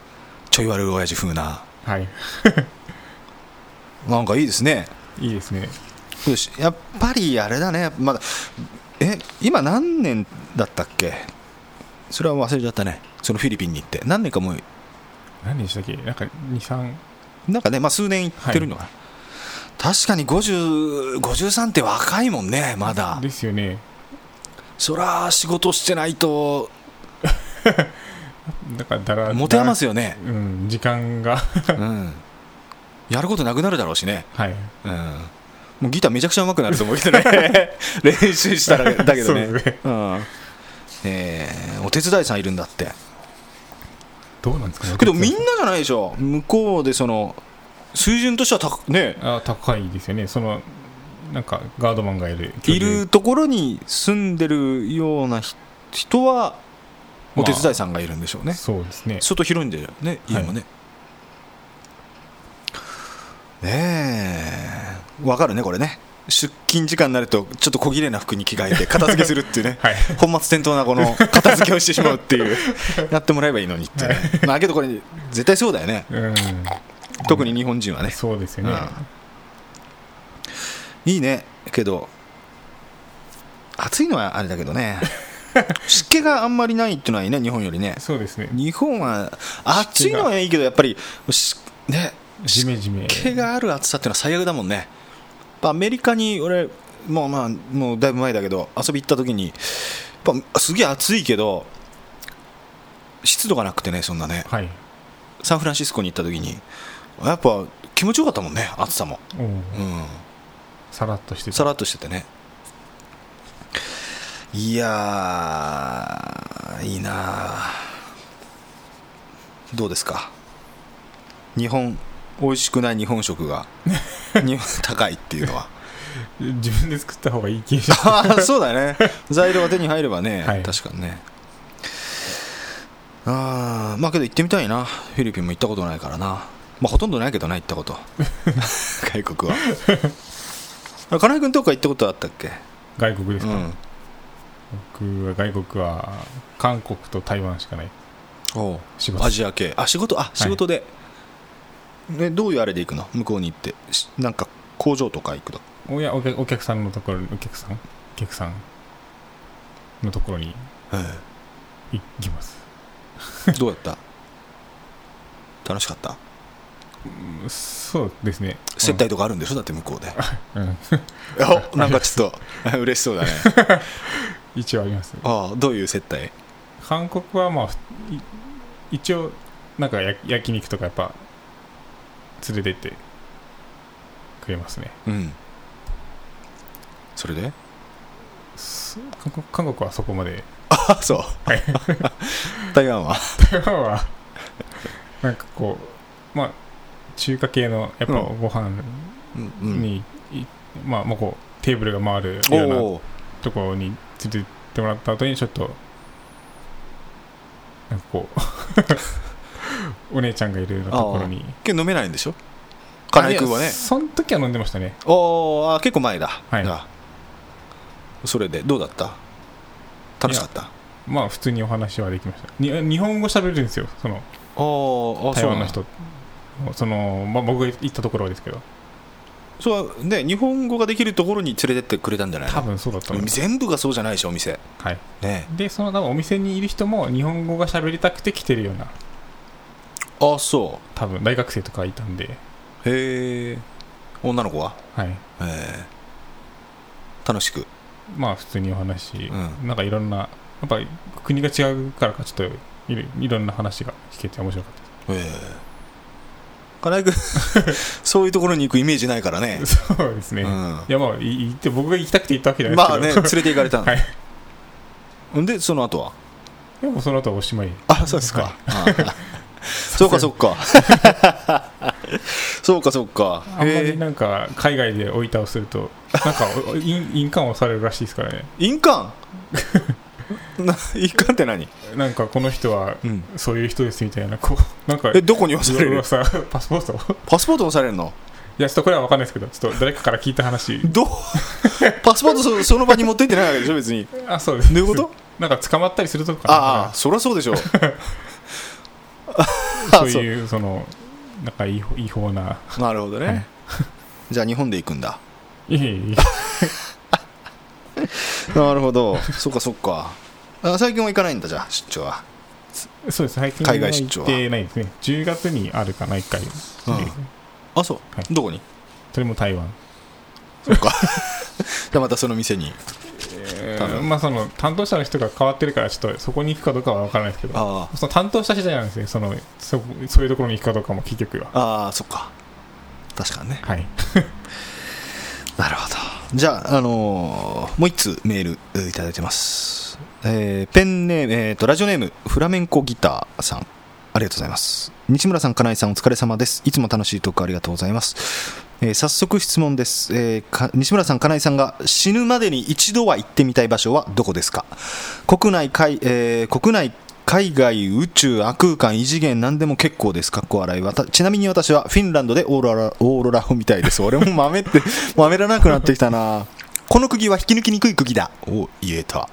Speaker 2: ちょい悪い親父風な、
Speaker 3: はい
Speaker 2: なんかいいですね、
Speaker 3: いいですね
Speaker 2: よしやっぱりあれだね、まだえ今、何年だったっけ、それは忘れちゃったね、そのフィリピンに行って、何年かもう
Speaker 3: 何でしたっけなんか23
Speaker 2: なんかね、まあ、数年行ってるのかな、確かに50 53って若いもんね、まだ。
Speaker 3: ですよね
Speaker 2: そら仕事してないと
Speaker 3: だからだら
Speaker 2: 持て余す
Speaker 3: よ
Speaker 2: よね、
Speaker 3: うん時間が
Speaker 2: うん、やることなくなるだろうしね、
Speaker 3: はい
Speaker 2: うん、もうギターめちゃくちゃ上手くなると思うけど ね練習したらだけどね
Speaker 3: そうですね
Speaker 2: うんえーお手伝いさんいるんだって
Speaker 3: どうなんですかね
Speaker 2: けどみんなじゃないでしょ向こうでその水準としては高くね
Speaker 3: あ高いですよねそのなんかガードマンがいる
Speaker 2: いるところに住んでるようなひ人はお手伝いさんがいるんでしょうね、
Speaker 3: そうですね
Speaker 2: 外広いんだよね家もね、ねえわかるねこれね出勤時間になるとちょっと小綺麗な服に着替 えて片付けするっていうね、
Speaker 3: はい
Speaker 2: 本末転倒なこ の片付けをしてしまうっていうやってもらえばいいのにってね、まあけどこれ絶対そうだよね
Speaker 3: うん
Speaker 2: 特に日本人はね、
Speaker 3: そうですよね
Speaker 2: うんいいねけど暑いのはあれだけど ね湿気があんまりないっていうのはいいね日本よりね
Speaker 3: そうですね
Speaker 2: 日本は暑いのはいいけどやっぱりしね
Speaker 3: ジメジメ
Speaker 2: 湿気がある暑さっていうのは最悪だもんねやっぱアメリカに俺もうまあもうだいぶ前だけど遊び行った時にやっぱすげえ暑いけど湿度がなくてねそんなね
Speaker 3: はい
Speaker 2: サンフランシスコに行った時にやっぱ気持ちよかったもんね暑さも、
Speaker 3: おー
Speaker 2: うん、
Speaker 3: さらっとして
Speaker 2: さらっとしててねいやーいいなあどうですか日本美味しくない日本食が日本高いっていうのは
Speaker 3: 自分で作った方がいい気がします
Speaker 2: ああそうだよね材料が手に入ればね、
Speaker 3: はい
Speaker 2: 確かにねああまあけど行ってみたいなフィリピンも行ったことないからなまあほとんどないけどな行ったこと外国はあ金井君とか行ったことあったっけ
Speaker 3: 外国です
Speaker 2: う
Speaker 3: か、
Speaker 2: ん
Speaker 3: 僕は外国は韓国と台湾しかない
Speaker 2: おう
Speaker 3: 仕事
Speaker 2: アジア系あ仕事あ仕事で、ね、どういうあれで行くの向こうに行ってしなんか工場とか行くの
Speaker 3: おやお客お客さんのところにお客さんお客さんのところに行きます
Speaker 2: どうやった 楽しかった
Speaker 3: うんそうですね
Speaker 2: 接待とかあるんでしょだって向 こうで
Speaker 3: うん、うん
Speaker 2: おなんかちょっと 嬉しそうだね
Speaker 3: 一応あります
Speaker 2: ああどういう接待
Speaker 3: 韓国はまあい一応なんかや焼肉とかやっぱ連れてってくれますね
Speaker 2: うんそれです
Speaker 3: 韓国韓国はそこまで
Speaker 2: あそう台湾は
Speaker 3: 台湾はなんかこうまあ中華系のやっぱ
Speaker 2: う
Speaker 3: ご飯
Speaker 2: うんうん
Speaker 3: に、いまあもうこうテーブルが回るよ
Speaker 2: お
Speaker 3: うな
Speaker 2: お
Speaker 3: ところに連れてってもらった後にちょっとなんかこう お姉ちゃんがいるようなところに
Speaker 2: けど飲めないんでしょ金井君は
Speaker 3: あい
Speaker 2: ね
Speaker 3: やその時は飲んでましたね
Speaker 2: おおあ結構前だ、
Speaker 3: はい
Speaker 2: あそれでどうだった楽しかった
Speaker 3: まあ普通にお話はできましたに日本語喋れるんですよその
Speaker 2: あーあ
Speaker 3: 台湾の
Speaker 2: そう
Speaker 3: 人その、まあ、僕が行ったところはですけど
Speaker 2: なんだそうね日本語ができるところに連れてってくれたんじゃない
Speaker 3: 多分そうだったの
Speaker 2: 全部がそうじゃないでしょお店
Speaker 3: はい
Speaker 2: ね
Speaker 3: でその多分お店にいる人も日本語が喋りたくて来てるような
Speaker 2: あそ
Speaker 3: 多分大学生とかいたんで
Speaker 2: うへえ女の子は
Speaker 3: はい
Speaker 2: ええ楽しく
Speaker 3: まあ普通にお話、
Speaker 2: う
Speaker 3: なんかいろんなやっぱり国が違うからかちょっといろいろんな話が聞けて面白かったで
Speaker 2: ええ金井 君そういうところに行くイメージないからね、
Speaker 3: すそうですね、
Speaker 2: う
Speaker 3: い
Speaker 2: ん、
Speaker 3: やまあい行って僕が行きたくて行ったわけじゃないです
Speaker 2: まあ
Speaker 3: け
Speaker 2: ね
Speaker 3: ど、
Speaker 2: 連れて行かれたの、
Speaker 3: はい
Speaker 2: んでその後は
Speaker 3: でもその後はおしまい
Speaker 2: あそうですか、ああ そうかそう かそうかそうか
Speaker 3: あんまりなんか海外で追い倒するとなんかお印印鑑を押されるらしいですからね
Speaker 2: 印鑑な印鑑って何、
Speaker 3: なんかこの人は
Speaker 2: うん、
Speaker 3: そういう人ですみたいなこうなんか
Speaker 2: えどこに押され る
Speaker 3: 噂パスポートを
Speaker 2: パスポート押されるの
Speaker 3: いやちょっとこれは分かんないですけどちょっと誰かから聞いた話
Speaker 2: どう パスポートそその場に持っていってないわけでしょ別に
Speaker 3: あそうです
Speaker 2: どういうこと
Speaker 3: なんか捕まったりするとか
Speaker 2: ああそりゃそうでしょ あ
Speaker 3: そういうそのなんか違法違法な
Speaker 2: そうなるほどね、
Speaker 3: はい
Speaker 2: じゃあ日本で行くんだ
Speaker 3: いえいえ
Speaker 2: なるほどそっかそっかあ最近は行かないんだじゃあ出張は
Speaker 3: そうです最近
Speaker 2: 海外出張
Speaker 3: 行
Speaker 2: は
Speaker 3: ってないですね10月にあるかな1回、
Speaker 2: あそう、
Speaker 3: はい
Speaker 2: どこに
Speaker 3: それも台湾、
Speaker 2: そっかじゃあまたその店に多分
Speaker 3: まあその担当者の人が変わってるからちょっとそこに行くかどうかは分からないですけど
Speaker 2: あ
Speaker 3: その担当した次第なんですねそのそそういうところに行くかどうかも結局は
Speaker 2: あああそっか確かにね
Speaker 3: はい
Speaker 2: なるほどじゃあ、あのーもう1通メールえーいただいてます、えーペンネーム、えーとラジオネームフラメンコギターさんありがとうございます西村さん金井さんお疲れ様ですいつも楽しいトークありがとうございます、えー早速質問です、えーか西村さん金井さんが死ぬまでに一度は行ってみたい場所はどこですか国内海、えー国内海外宇宙亜空間異次元何でも結構ですかっこ笑いわたちなみに私はフィンランドでオーロラオーロラを見たいです俺も豆って豆らなくなってきたなこの釘は引き抜きにくい釘だお言えた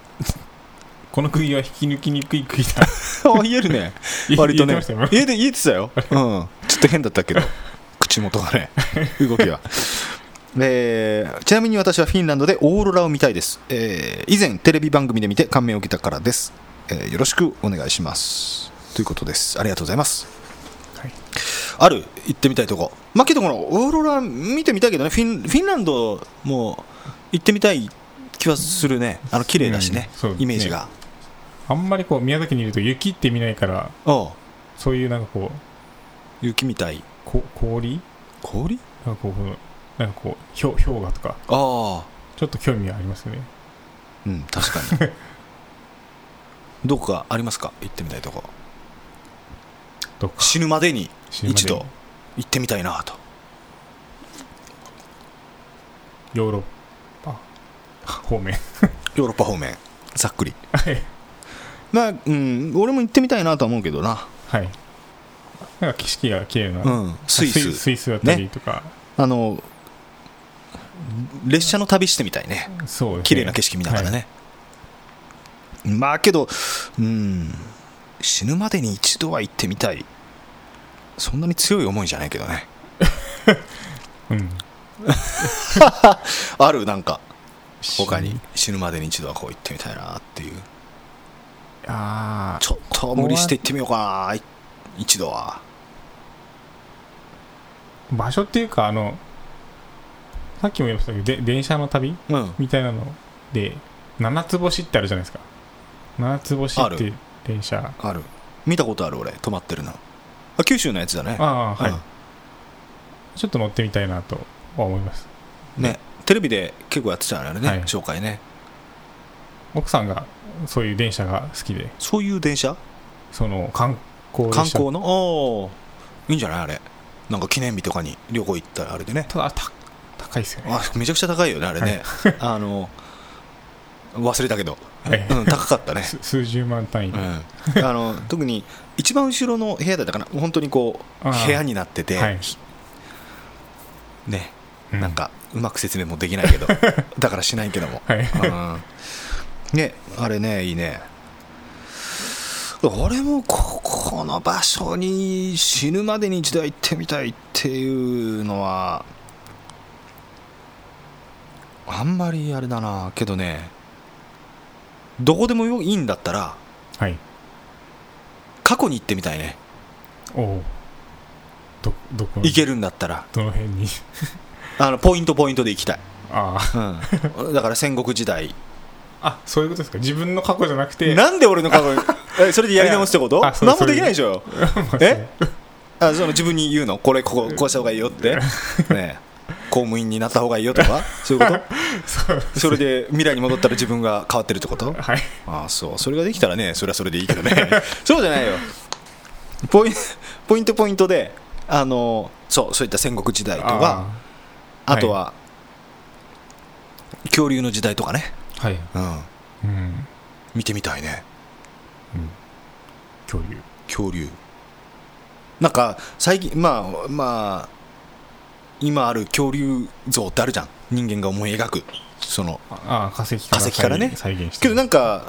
Speaker 3: この釘は引き抜きにくい釘だ
Speaker 2: お 言えるね
Speaker 3: 言え
Speaker 2: 割とね
Speaker 3: 言えてましたよ
Speaker 2: 家で 言えてたよ、うん、ちょっと変だったけど口元がね動きはえーちなみに私はフィンランドでオーロラを見たいです、えー以前テレビ番組で見て感銘を受けたからです、えーよろしくお願いしますということですありがとうございます、
Speaker 3: はい
Speaker 2: ある行ってみたいとこまあけどこのオーロラ見てみたいけどねフィンフィンランドも行ってみたい気はするねあの綺麗だしね
Speaker 3: うんそうですね
Speaker 2: イメージが
Speaker 3: あんまりこう宮崎にいると雪って見ないから
Speaker 2: おう
Speaker 3: そういうなんかこう
Speaker 2: 雪みたい
Speaker 3: こ氷
Speaker 2: 氷
Speaker 3: なんかこうなんかこうひょ氷河とか
Speaker 2: ああ
Speaker 3: ちょっと興味がありますよね
Speaker 2: うん確か にどこかありますか行ってみたいとこ
Speaker 3: どっか
Speaker 2: 死ぬまでに
Speaker 3: 死ぬまでに
Speaker 2: 一度行ってみたいなと
Speaker 3: ヨーロッパ方面
Speaker 2: ヨーロッパ方面ざっくり
Speaker 3: はい
Speaker 2: まあうん俺も行ってみたいなとは思うけどな
Speaker 3: はいなんか景色が綺麗な、
Speaker 2: うんスイ
Speaker 3: ス
Speaker 2: ス
Speaker 3: イスだったりとか、
Speaker 2: あの列車の旅してみたいね
Speaker 3: そうですね
Speaker 2: 綺麗な景色見ながらね、まあけどうん死ぬまでに一度は行ってみたいそんなに強い思いじゃないけどね
Speaker 3: はい、うん
Speaker 2: あるなんか他
Speaker 3: 死
Speaker 2: に
Speaker 3: に
Speaker 2: 死ぬまでに一度はこう行ってみたいなっていう
Speaker 3: ああ
Speaker 2: ちょっと無理して行ってみようかない一度は
Speaker 3: 場所っていうかあのさっきも言いましたけどで電車の旅
Speaker 2: うん
Speaker 3: みたいなので七つ星ってあるじゃないですか七つ星
Speaker 2: あ
Speaker 3: っ
Speaker 2: る
Speaker 3: ていう電車
Speaker 2: ある見たことある俺泊まってるのあ九州のやつだね
Speaker 3: ああはい、
Speaker 2: うん
Speaker 3: ちょっと乗ってみたいなとは思います
Speaker 2: ねテレビで結構やってたよね、
Speaker 3: はい
Speaker 2: 紹介ね
Speaker 3: 奥さんがそういう電車が好きで
Speaker 2: そういう電車
Speaker 3: その観光列車
Speaker 2: 観光のおーいいんじゃないあれなんか記念日とかに旅行行ったらあれでね
Speaker 3: ただた高いですよね
Speaker 2: あめちゃくちゃ高いよねあれね、あの忘れたけど、
Speaker 3: はい
Speaker 2: うん、高かったね、
Speaker 3: す数十万単位
Speaker 2: う
Speaker 3: で、
Speaker 2: ん、あの特に一番後ろの部屋だったかな本当にこう
Speaker 3: あー
Speaker 2: 部屋になってて、
Speaker 3: はい
Speaker 2: ひね
Speaker 3: う
Speaker 2: なんかうまく説明もできないけ どだからしないけども、
Speaker 3: はい
Speaker 2: うんねあれねいいね俺もここの場所に死ぬまでに一度は行ってみたいっていうのはあんまりあれだなけどねどこでもよいいんだったら
Speaker 3: はい
Speaker 2: 過去に行ってみたいね
Speaker 3: おおうどどこの
Speaker 2: 行けるんだったら
Speaker 3: どの辺に
Speaker 2: あのポイントポイントで行きたい、
Speaker 3: ああ
Speaker 2: うん、だから戦国時代
Speaker 3: あそういうことですか自分の過去じゃなく て
Speaker 2: なんで俺の過去に えそれでやり直すってこと
Speaker 3: あそう
Speaker 2: 何も
Speaker 3: そういう
Speaker 2: できないでしょえあその自分に言うのこれこここうした方がいいよ ってねえ公務員になった方がいいよと かそういうこ
Speaker 3: そう
Speaker 2: とそれで未来に戻ったら自分が変わってるって こと
Speaker 3: はい
Speaker 2: ああそうそれができたらねそれはそれでいいけどね そうじゃないよポインポイントポイントであのそうそういった戦国時代とかあ
Speaker 3: あー
Speaker 2: とは、恐竜の時代とかね、
Speaker 3: あーはい
Speaker 2: うん、
Speaker 3: うん
Speaker 2: 見てみたいね
Speaker 3: 恐竜
Speaker 2: 恐竜なんか最近まあまあ今ある恐竜像ってあるじゃん人間が思い描くその
Speaker 3: ああ化石から
Speaker 2: 化石からね
Speaker 3: 再現して
Speaker 2: けどなんんか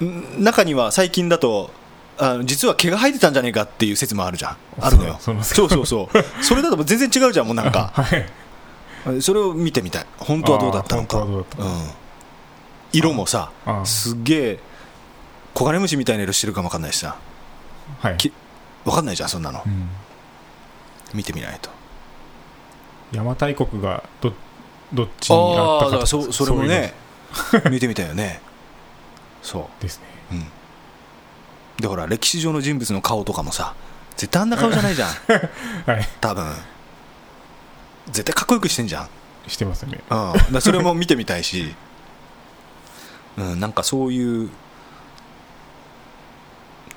Speaker 2: ん中には最近だとあの実は毛が生えてたんじゃねえかっていう説もあるじゃんあるのよ
Speaker 3: そ
Speaker 2: そうう
Speaker 3: そ
Speaker 2: そううそうそれだともう全然違うじゃんもうなんか
Speaker 3: はい
Speaker 2: それを見てみたい本当はどうだったの
Speaker 3: あ
Speaker 2: か
Speaker 3: ー本当はどうだ
Speaker 2: うん色もさ
Speaker 3: あー
Speaker 2: すっげえ黄金虫みたいな色してるかもわかんないしさ
Speaker 3: はい
Speaker 2: きわかんないじゃんそんなの
Speaker 3: うん
Speaker 2: 見てみないと
Speaker 3: 邪馬台国がどどっちにあ
Speaker 2: あ
Speaker 3: った
Speaker 2: あーだ
Speaker 3: か
Speaker 2: から
Speaker 3: と
Speaker 2: そそれも
Speaker 3: ういう
Speaker 2: ね見てみたいよねそ
Speaker 3: のですね
Speaker 2: ううんでほら歴史上の人物の顔とかもさ絶対あんな顔じゃないじゃん
Speaker 3: はい
Speaker 2: 多分絶対かっこよくしてんじゃん、うん、
Speaker 3: してますね
Speaker 2: だからそれも見てみたいし、うん、なんかそういう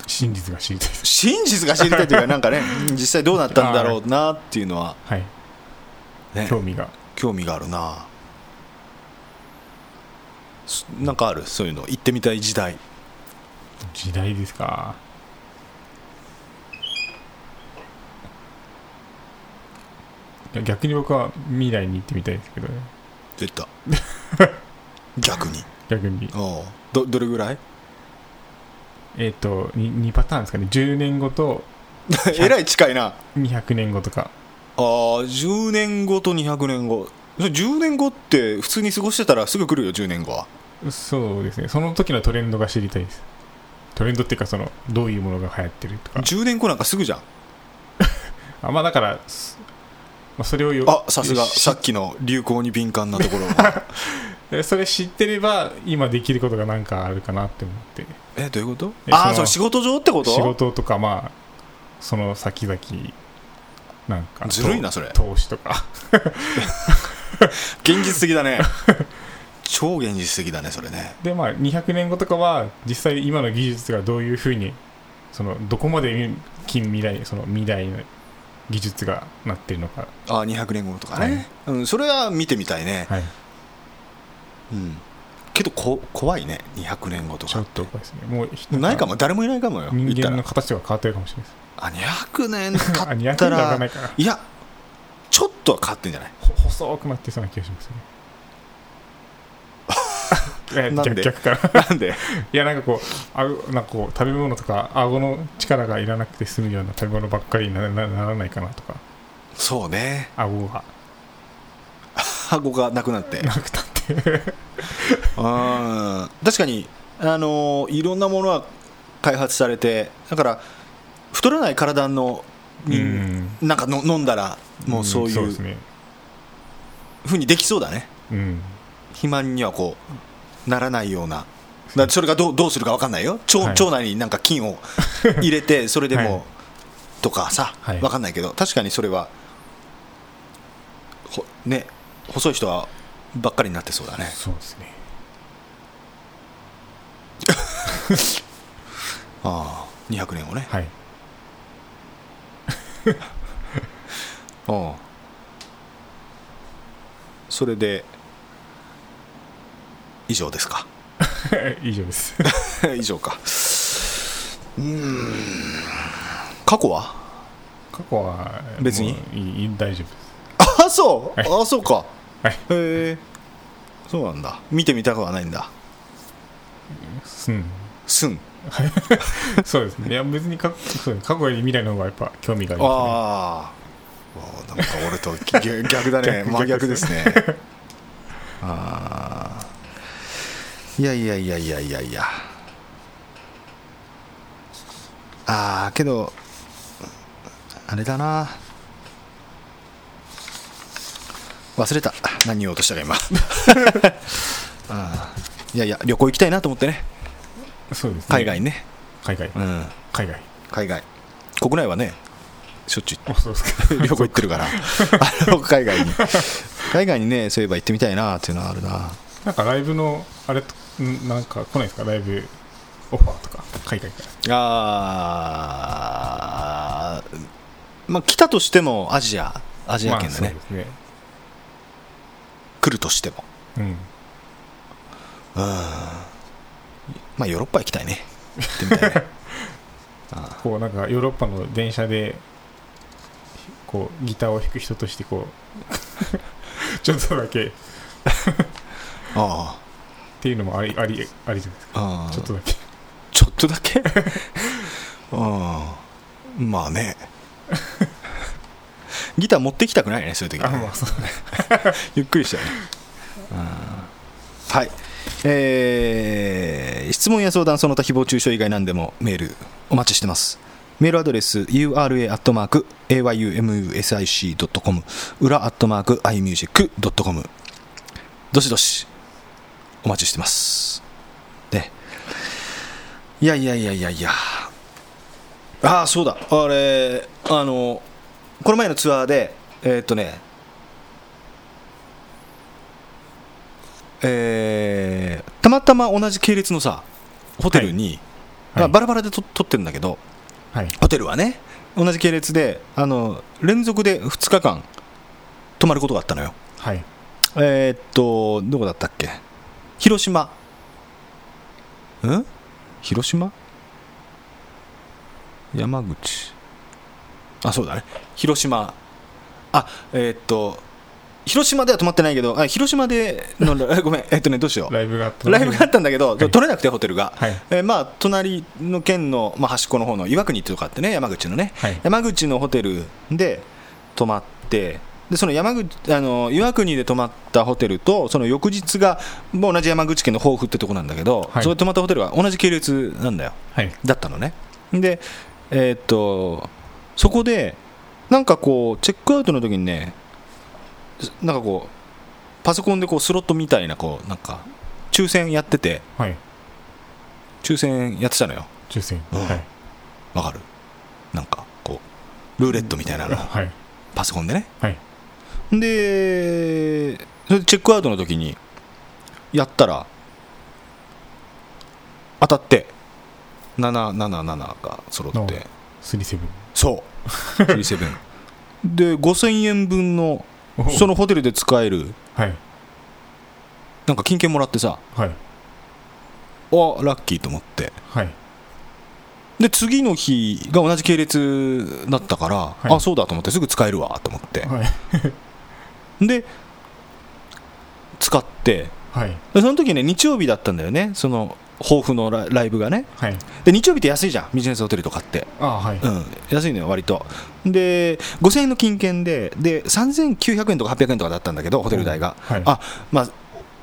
Speaker 3: 真実が知りたいです
Speaker 2: 真実が知りたいというかなんか ね実際どうなったんだろうなっていうのは、
Speaker 3: はい
Speaker 2: ね、
Speaker 3: 興味が
Speaker 2: 興味があるなすなんかあるそういうの行ってみたい時代
Speaker 3: 時代ですかいや逆に僕は未来に行ってみたいですけどね
Speaker 2: 出 た逆に
Speaker 3: 逆に
Speaker 2: おうどどれぐ らい
Speaker 3: えっ、と 2, パターンですかね10年後と
Speaker 2: えらい近いなあ
Speaker 3: 200年後とか
Speaker 2: ー10年後と200年後それ10年後って普通に過ごしてたらすぐ来るよ10年後は
Speaker 3: そうですねその時のトレンドが知りたいですトレンドっていうかそのどういうものが流行ってるとか
Speaker 2: 10年後なんかすぐじゃん
Speaker 3: あまあだからすまあそれをよ
Speaker 2: あさすが
Speaker 3: し
Speaker 2: さっきの流行に敏感なところ
Speaker 3: えそれ知ってれば今できることがなんかあるかなって思って
Speaker 2: えどういうこと
Speaker 3: え
Speaker 2: ああ
Speaker 3: そ
Speaker 2: そ
Speaker 3: の
Speaker 2: れ仕事上ってこと
Speaker 3: 仕事とかまあその先々なんか
Speaker 2: ずるいなそれ
Speaker 3: と投資とか
Speaker 2: 現実的だね超現実的だねそれね
Speaker 3: でまあ200年後とかは実際今の技術がどういうふうにそのどこまで近未来その未来の技術がなってるのか、
Speaker 2: ああ200年後とかね、うん、それは見てみたいね、
Speaker 3: はい、
Speaker 2: うん、けどこ怖いね200年後と
Speaker 3: ちょ
Speaker 2: か
Speaker 3: っと怖いですねもう人が
Speaker 2: ないかも誰もいないかもよ
Speaker 3: 人間
Speaker 2: 言
Speaker 3: の
Speaker 2: ったら
Speaker 3: 形とか変わってるかもしれないです
Speaker 2: あ200年
Speaker 3: あ200
Speaker 2: 経
Speaker 3: 年
Speaker 2: った
Speaker 3: 経たな
Speaker 2: ら
Speaker 3: いから
Speaker 2: いやちょっとは変わってんじゃない
Speaker 3: ほ細くなってそうな気が しますねえ
Speaker 2: なん
Speaker 3: 逆
Speaker 2: で
Speaker 3: 逆から
Speaker 2: なんで
Speaker 3: い やなんかこうあうなんかこう食べ物とか顎の力がいらなくて済むような食べ物ばっかりにななならないかなとか
Speaker 2: そうね
Speaker 3: 顎が
Speaker 2: 顎がなくなって
Speaker 3: なくたって
Speaker 2: あー確かに、あのーいろんなものは開発されてだから太らない体のに
Speaker 3: うん
Speaker 2: なんかの飲んだら もうそうい
Speaker 3: んそうです
Speaker 2: う
Speaker 3: ね
Speaker 2: ふうにできそうだね
Speaker 3: うん
Speaker 2: 肥満にはこうならないようなだそれがどうどうするか分かんないよ腸,、
Speaker 3: はい
Speaker 2: 腸内になんか菌 を入れてそれでも、
Speaker 3: はい
Speaker 2: とかさ
Speaker 3: はい
Speaker 2: 分かんないけど確かにそれはほね細い人はばっかりになってそうだね
Speaker 3: そうですね
Speaker 2: ああ200年後ね
Speaker 3: はい
Speaker 2: うんそれで以上ですか
Speaker 3: 以上です
Speaker 2: 以上かうーん過去は
Speaker 3: 過去は
Speaker 2: 別に
Speaker 3: もういいいい大丈夫です
Speaker 2: あそう、
Speaker 3: はい
Speaker 2: あそうか
Speaker 3: はい
Speaker 2: へえそうなんだ見てみたくはないんだ
Speaker 3: うん
Speaker 2: すん
Speaker 3: そうですねいや別に過去そうです過去より未来の方がやっぱ興味がありま
Speaker 2: あーあーなんか俺と逆 逆だね
Speaker 3: 逆
Speaker 2: 真逆ですねああいやいやいやいやいやいやああけどあれだな忘れた何言おうとしたか今 あーいやいや旅行行きたいなと思ってね
Speaker 3: すねそうですね
Speaker 2: 海外ね
Speaker 3: 海外
Speaker 2: うん
Speaker 3: 海外
Speaker 2: 海外国内はねしょっちゅう
Speaker 3: あそうですか
Speaker 2: 旅行行ってるから、あの海外に、海外にね、そういえば行ってみたいなっていうのはあるな、
Speaker 3: なんかライブのあれとんなんか来ないですかライブオファーとか海外から
Speaker 2: あーまあ、来たとしてもアジア、アジア圏でね、
Speaker 3: まあ、そうですね
Speaker 2: 来るとしても、
Speaker 3: うん
Speaker 2: まあ、ヨーロッパ行きたいね、行ってみた いね、
Speaker 3: こうなんかヨーロッパの電車でこうギターを弾く人として こうちょっとだけっ
Speaker 2: あ
Speaker 3: ていうのもありありありじゃな
Speaker 2: ああ
Speaker 3: いですか
Speaker 2: あ
Speaker 3: ちょっとだけ
Speaker 2: ちょっとだけうん、まあね。ギター持ってきたくないね、そういう時
Speaker 3: あ
Speaker 2: はね
Speaker 3: まあそう
Speaker 2: ゆっくりしたよね。はい。えー質問や相談、その他誹謗中傷以外何でもメールお待ちしてます。メールアドレス ura.ayumusic.com 裏 .imusic.com どしどしお待ちしてます。ね。いやいやいやいやいや。ああ、そうだ。あれ、あの、この前のツアーで、えーっとね、えーたまたま同じ系列のさホテルに、
Speaker 3: はい
Speaker 2: まあバラバラでと撮ってるんだけど
Speaker 3: はい
Speaker 2: ホテルはね同じ系列であの連続で2日間泊まることがあったのよ
Speaker 3: はい
Speaker 2: えーっとどこだったっけ広島ん広島山口あそうだね広島あえーっと広島では泊まってないけどあ広島での ごめんえっとねどうしよう
Speaker 3: ライブがあった
Speaker 2: ライブがあったんだけど、
Speaker 3: い
Speaker 2: 取れなくて、ホテルが、
Speaker 3: はい
Speaker 2: えーまあ、隣の県の、まあ、端っこの方の岩国ってとかあってね、山口のね、
Speaker 3: はい
Speaker 2: 山口のホテルで泊まって、でその山口あの岩国で泊まったホテルとその翌日がもう同じ山口県の防府ってとこなんだけど、
Speaker 3: はい
Speaker 2: そこで泊まったホテルは同じ系列なんだよ
Speaker 3: はい
Speaker 2: だったのねでえーっとそこでなんかこうチェックアウトの時にねなんかこうパソコンでこうスロットみたいなこうなんか抽選やってて
Speaker 3: はい
Speaker 2: 抽選やってたのよ
Speaker 3: 抽選
Speaker 2: うん
Speaker 3: はい
Speaker 2: わかるなんかこうルーレットみたいなの
Speaker 3: はい
Speaker 2: パソコンでね
Speaker 3: はい
Speaker 2: でそれでチェックアウトの時にやったら当たって777が揃
Speaker 3: お
Speaker 2: っ
Speaker 3: う
Speaker 2: て
Speaker 3: 37
Speaker 2: そう37で5000円分の
Speaker 3: お
Speaker 2: そのホテルで使える
Speaker 3: はい
Speaker 2: なんか金券もらってさ
Speaker 3: は
Speaker 2: あ
Speaker 3: い
Speaker 2: ラッキーと思って
Speaker 3: はい
Speaker 2: で次の日が同じ系列だったから、
Speaker 3: い
Speaker 2: あそうだと思ってすぐ使えるわと思って
Speaker 3: はい
Speaker 2: で使って
Speaker 3: はい
Speaker 2: でその時ね日曜日だったんだよねその抱負のラライブがね
Speaker 3: はい
Speaker 2: で日曜日って安いじゃんビジネスホテルとかって、
Speaker 3: ああはい
Speaker 2: うん、安いのよ割とで5000円の金券でで3900円とか800円とかだったんだけどホテル代が、
Speaker 3: はい
Speaker 2: あまあ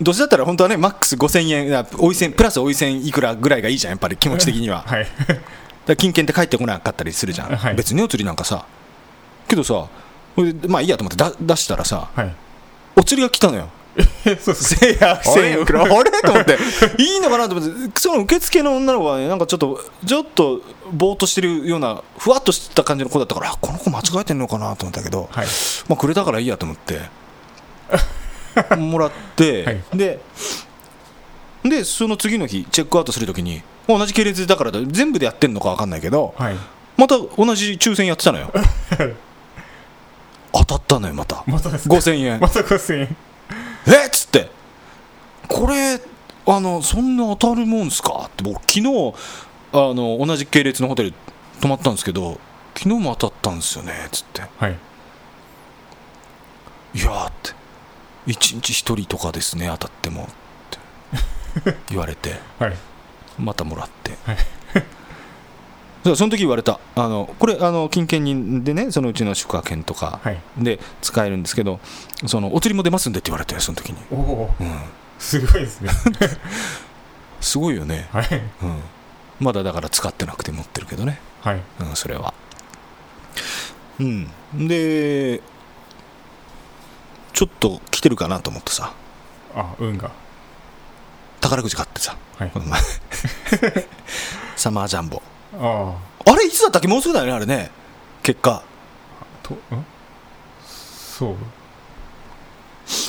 Speaker 2: どうせだったら本当はねマックス5000円あおいせんプラスおいせんいくらぐらいがいいじゃんやっぱり気持ち的にはだか
Speaker 3: はい
Speaker 2: ら金券って返ってこなかったりするじゃん、
Speaker 3: はい
Speaker 2: 別にお釣りなんかさけどさこれでまあいいやと思ってだ出したらさ
Speaker 3: はい
Speaker 2: お釣りが来たのよ
Speaker 3: えそうです
Speaker 2: せいや、せいや、
Speaker 3: あれ
Speaker 2: あれと思って、いいのかなと思って、その受付の女の子はね、なんかちょっと、ちょっと、ぼーっとしてるような、ふわっとした感じの子だったから、あこの子間違えてんのかなと思ったけど、
Speaker 3: はい
Speaker 2: まあ、くれたからいいやと思っ て、もらって、
Speaker 3: はい
Speaker 2: で、で、その次の日、チェックアウトするときに、まあ同じ系列だからだ、全部でやってんのかわかんないけど、
Speaker 3: はい
Speaker 2: また同じ抽選やってた のよ。当たったのよ、また。
Speaker 3: またですか
Speaker 2: 5000円
Speaker 3: ま。た5000円
Speaker 2: えっつってこれあのそんな当たるもんすかって僕昨日あの同じ系列のホテル泊まったんですけど昨日も当たったんですよねっつって
Speaker 3: はい
Speaker 2: いやーって一日一人とかですね当たってもって 言われて
Speaker 3: はい
Speaker 2: またもらって、
Speaker 3: はい
Speaker 2: そうその時言われたあのこれあの金券にでねそのうちの宿泊券とか
Speaker 3: はい
Speaker 2: で使えるんですけどそのお釣りも出ますんでって言われてその時に、
Speaker 3: おお
Speaker 2: うん、
Speaker 3: すごいですね
Speaker 2: すごいよね
Speaker 3: はい
Speaker 2: うん、まだだから使ってなくて持ってるけどね、
Speaker 3: はい
Speaker 2: うん、それは、うん、でちょっと来てるかなと思ってさ
Speaker 3: あ運が
Speaker 2: 宝くじ買ってさ
Speaker 3: はい
Speaker 2: この前 サマージャンボ
Speaker 3: あ
Speaker 2: あれいつだったっけもうすぐだよねあれね結果
Speaker 3: あとんそう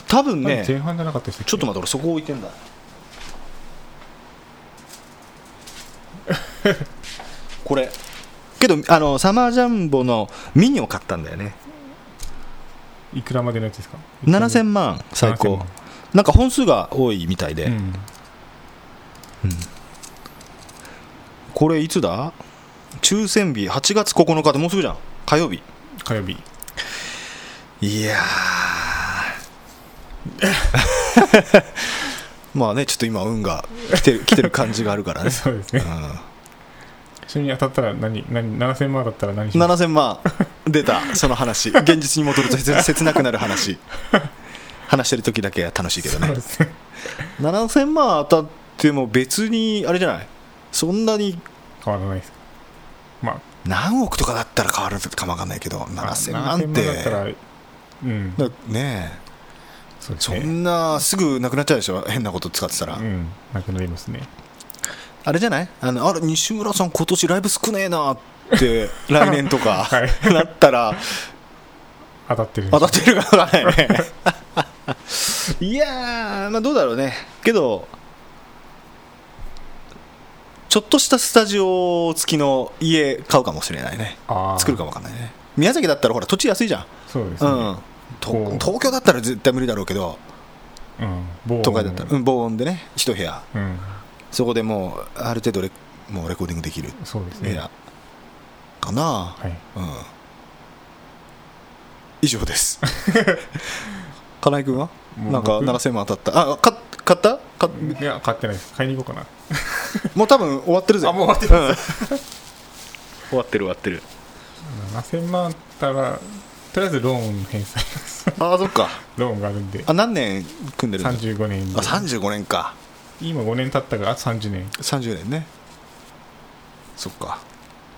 Speaker 2: 多分ね
Speaker 3: 前半じゃなかったでしたっけ
Speaker 2: ちょっと待って俺そこ置い てんだこれけどあのサマージャンボのミニを買ったんだよね
Speaker 3: いくらまでのやつですか
Speaker 2: 7000万最高なんか本数が多いみたいで、
Speaker 3: うん
Speaker 2: これいつだ抽選日8月9日ってもうすぐじゃん火曜日
Speaker 3: 火曜日
Speaker 2: いやー まあねちょっと今運が来てる来てる感じがあるからね、
Speaker 3: そうですね
Speaker 2: う
Speaker 3: ちなみに当たったら何何7000万だったら何し
Speaker 2: ん、
Speaker 3: ます
Speaker 2: 7000万出たその話現実に戻ると切切なくなる話話してる時だけは楽しいけど
Speaker 3: そう
Speaker 2: ね
Speaker 3: ですね
Speaker 2: 7000万当たっても別にあれじゃないそんなに
Speaker 3: 変わらないですかまあ
Speaker 2: 何億とかだったら変わるかもわかんないけど7000万っ
Speaker 3: 7000だった
Speaker 2: て
Speaker 3: らうん
Speaker 2: だねえ
Speaker 3: そうです
Speaker 2: そ
Speaker 3: ね
Speaker 2: んなすぐなくなっちゃうでしょ変なこと使ってたら、
Speaker 3: うんなくなりますね
Speaker 2: あれじゃないあのあれ西村さん今年ライブ少ねえなって 来年とか、
Speaker 3: はい
Speaker 2: なったら
Speaker 3: 当たってる
Speaker 2: 当たってるかわからない ねいやーまあどうだろうねけどちょっとしたスタジオ付きの家買うかもしれないね
Speaker 3: あー
Speaker 2: 作るかもわかんないね宮崎だったらほら土地安いじゃん
Speaker 3: そうです
Speaker 2: う
Speaker 3: ね
Speaker 2: ん、と
Speaker 3: こう
Speaker 2: 東京だったら絶対無理だろうけど
Speaker 3: うん某
Speaker 2: 都会だったら、うん、防音でね一部屋
Speaker 3: うん
Speaker 2: そこでもうある程度レもうレコーディングできる
Speaker 3: そうです
Speaker 2: 部
Speaker 3: ね
Speaker 2: 屋かな、
Speaker 3: はい
Speaker 2: うん以上です 金井君は
Speaker 3: もう
Speaker 2: なんか
Speaker 3: 僕
Speaker 2: 7000万当たったあか買ったか
Speaker 3: いや買ってないです買いに行こうかな
Speaker 2: もう多分終わってるぜ
Speaker 3: あもう終わって
Speaker 2: る、うん終わってる終わってる
Speaker 3: 7000万あったらとりあえずローンの返済
Speaker 2: ああそっか
Speaker 3: ローンがあるんで
Speaker 2: あ何年組んでるんだ
Speaker 3: 35年で
Speaker 2: あ35年か
Speaker 3: 今5年経ったからあと30年
Speaker 2: 30年ねそっか、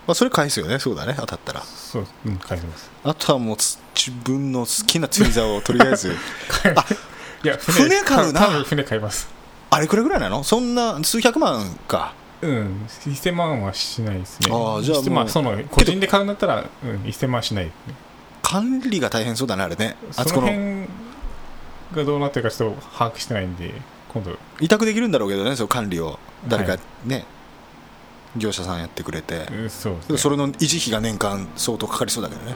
Speaker 2: まあ、それ返すよねそうだね当たったら
Speaker 3: そううん返せます
Speaker 2: あとはもうつ自分の好きな釣り竿をとりあえ ずあ
Speaker 3: いや
Speaker 2: 船買うな
Speaker 3: 多分船買います
Speaker 2: あれくらいぐらいなのそんな数百万か
Speaker 3: うん1000万はしないですね
Speaker 2: ああじゃあもう
Speaker 3: 1000万その個人で買うんだったら、うん、1000万はしないですね
Speaker 2: 管理が大変そうだねあれね
Speaker 3: そ
Speaker 2: あ
Speaker 3: の
Speaker 2: そこの
Speaker 3: 辺がどうなってるかちょっと把握してないんで今度
Speaker 2: 委託できるんだろうけどねその管理を誰か
Speaker 3: はい
Speaker 2: ね、業者さんやってくれて、
Speaker 3: うんそうです
Speaker 2: で
Speaker 3: ね
Speaker 2: もそれの維持費が年間相当かかりそうだけどね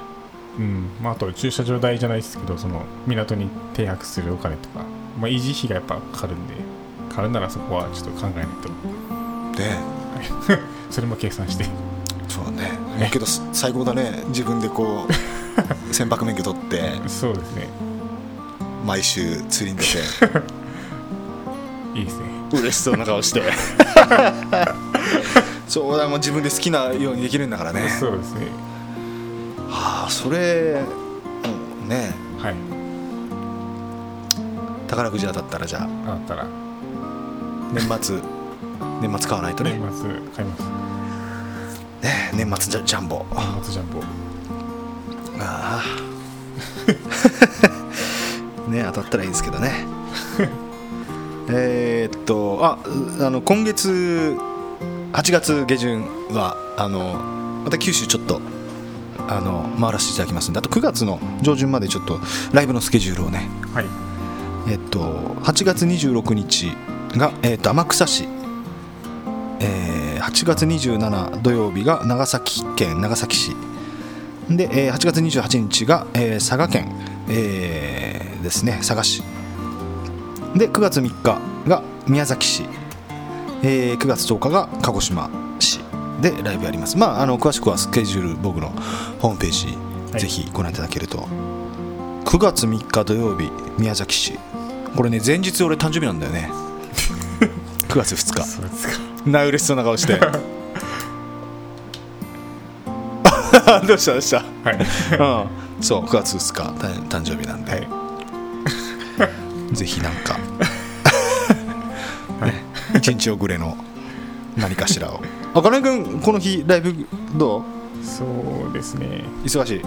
Speaker 3: うんまあ、あと駐車場代じゃないですけどその港に停泊するお金とか、まあ、維持費がやっぱかかるんでかかるならそこはちょっと考えないと
Speaker 2: で
Speaker 3: それも計算して
Speaker 2: そうだねだけどす最高だね自分でこ う船舶免許取って
Speaker 3: そうですね
Speaker 2: 毎週釣りに出て
Speaker 3: いいですね
Speaker 2: 嬉しそうな顔して そうだもう自分で好きなようにできるんだからね
Speaker 3: そうですね
Speaker 2: ああそれうんね
Speaker 3: はい
Speaker 2: 宝くじ当たったらじゃあ
Speaker 3: あったら
Speaker 2: 年末年末買わないとね
Speaker 3: 年末買います
Speaker 2: ね年末ジャジャンボあ
Speaker 3: 年末ジャンボ
Speaker 2: あ ね当たったらいいですけどね えーっとあうあの今月8月下旬はあのまた九州ちょっとあの回らせていただきますんであと9月の上旬までちょっとライブのスケジュールをね
Speaker 3: はい
Speaker 2: えっと、8月26日が、えっと、天草市、えー8月27土曜日が長崎県長崎市で、えー8月28日が、えー佐賀県、えーですね佐賀市で9月3日が宮崎市、えー9月10日が鹿児島市でライブやりますまああの詳しくはスケジュール僕のホームページ、
Speaker 3: はい
Speaker 2: ぜひご覧いただけると9月3日土曜日宮崎市これね前日俺誕生日なんだよ ね9月2日
Speaker 3: そうですか
Speaker 2: な嬉しそうな顔 してどうしたどうした
Speaker 3: はい
Speaker 2: うんそう9月2日た誕生日なんで、
Speaker 3: は
Speaker 2: ぜひなんかね 一日遅れの何かしらをあ金井君この日ライブどう
Speaker 3: いそうですね
Speaker 2: 忙しい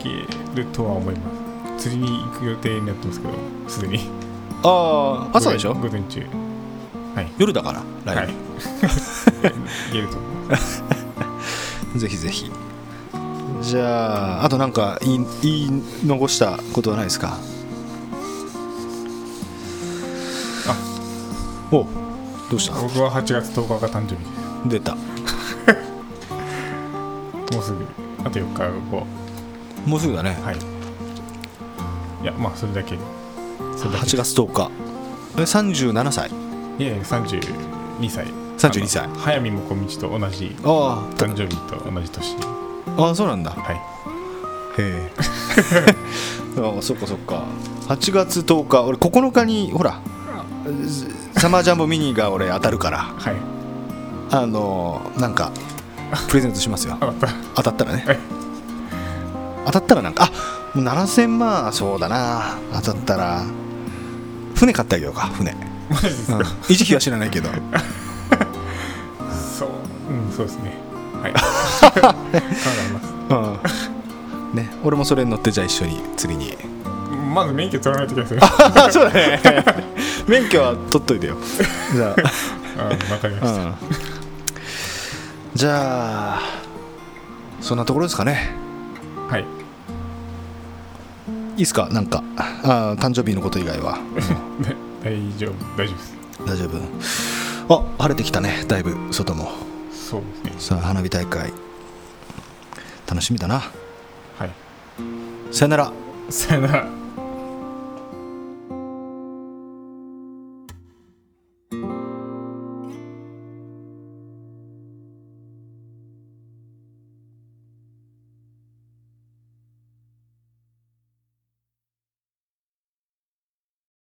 Speaker 3: いけるとは思います釣りに行く予定になってますけどすでに
Speaker 2: ああ朝でしょ
Speaker 3: 午前中はい
Speaker 2: 夜だからライブ、
Speaker 3: はい。いけると思います。
Speaker 2: ぜひぜひじゃああとなんか言い言い残したことはないですか
Speaker 3: あ
Speaker 2: おどうした
Speaker 3: 僕は8月10日が誕生日
Speaker 2: 出た
Speaker 3: です。もうすぐ。あと4日後。
Speaker 2: もうすぐだね
Speaker 3: はい。いや、まあ、それだけ。それだ
Speaker 2: 8月10日え37歳
Speaker 3: け。いやいや、32歳。
Speaker 2: 32歳
Speaker 3: あの早見もこみちと同じ。
Speaker 2: あ
Speaker 3: 誕生日と同じ年。
Speaker 2: あああそうなんだ
Speaker 3: は
Speaker 2: へえあそっかそっか8月10日俺9日にほらサマージャンボミニが俺当たるから
Speaker 3: い。はい。
Speaker 2: あのーなんかプレゼントしますよ
Speaker 3: あった。
Speaker 2: 当たったらね
Speaker 3: はい
Speaker 2: 当たったらなんかあもう7000万そうだな当たったら船買ってあげようか船、う
Speaker 3: マジです
Speaker 2: ん
Speaker 3: か。、
Speaker 2: 維持費は知らない けど
Speaker 3: そう。うん、そうですね。はい。考えます。
Speaker 2: うんね俺もそれに乗ってじゃあ一緒に釣りに
Speaker 3: まず免許取らないといけないですよ。
Speaker 2: あ そうだね 免許は取っといてよ じゃ
Speaker 3: うんわかりました。
Speaker 2: あ、うん、じゃあそんなところですかね
Speaker 3: はい。
Speaker 2: いいですかなんかあー誕生日のこと以外は
Speaker 3: で大丈夫。大丈夫です。
Speaker 2: 大丈夫あ晴れてきたねだいぶ外も
Speaker 3: そうですね。
Speaker 2: さあ花火大会楽しみだな
Speaker 3: はい。
Speaker 2: さよなら
Speaker 3: さよなら。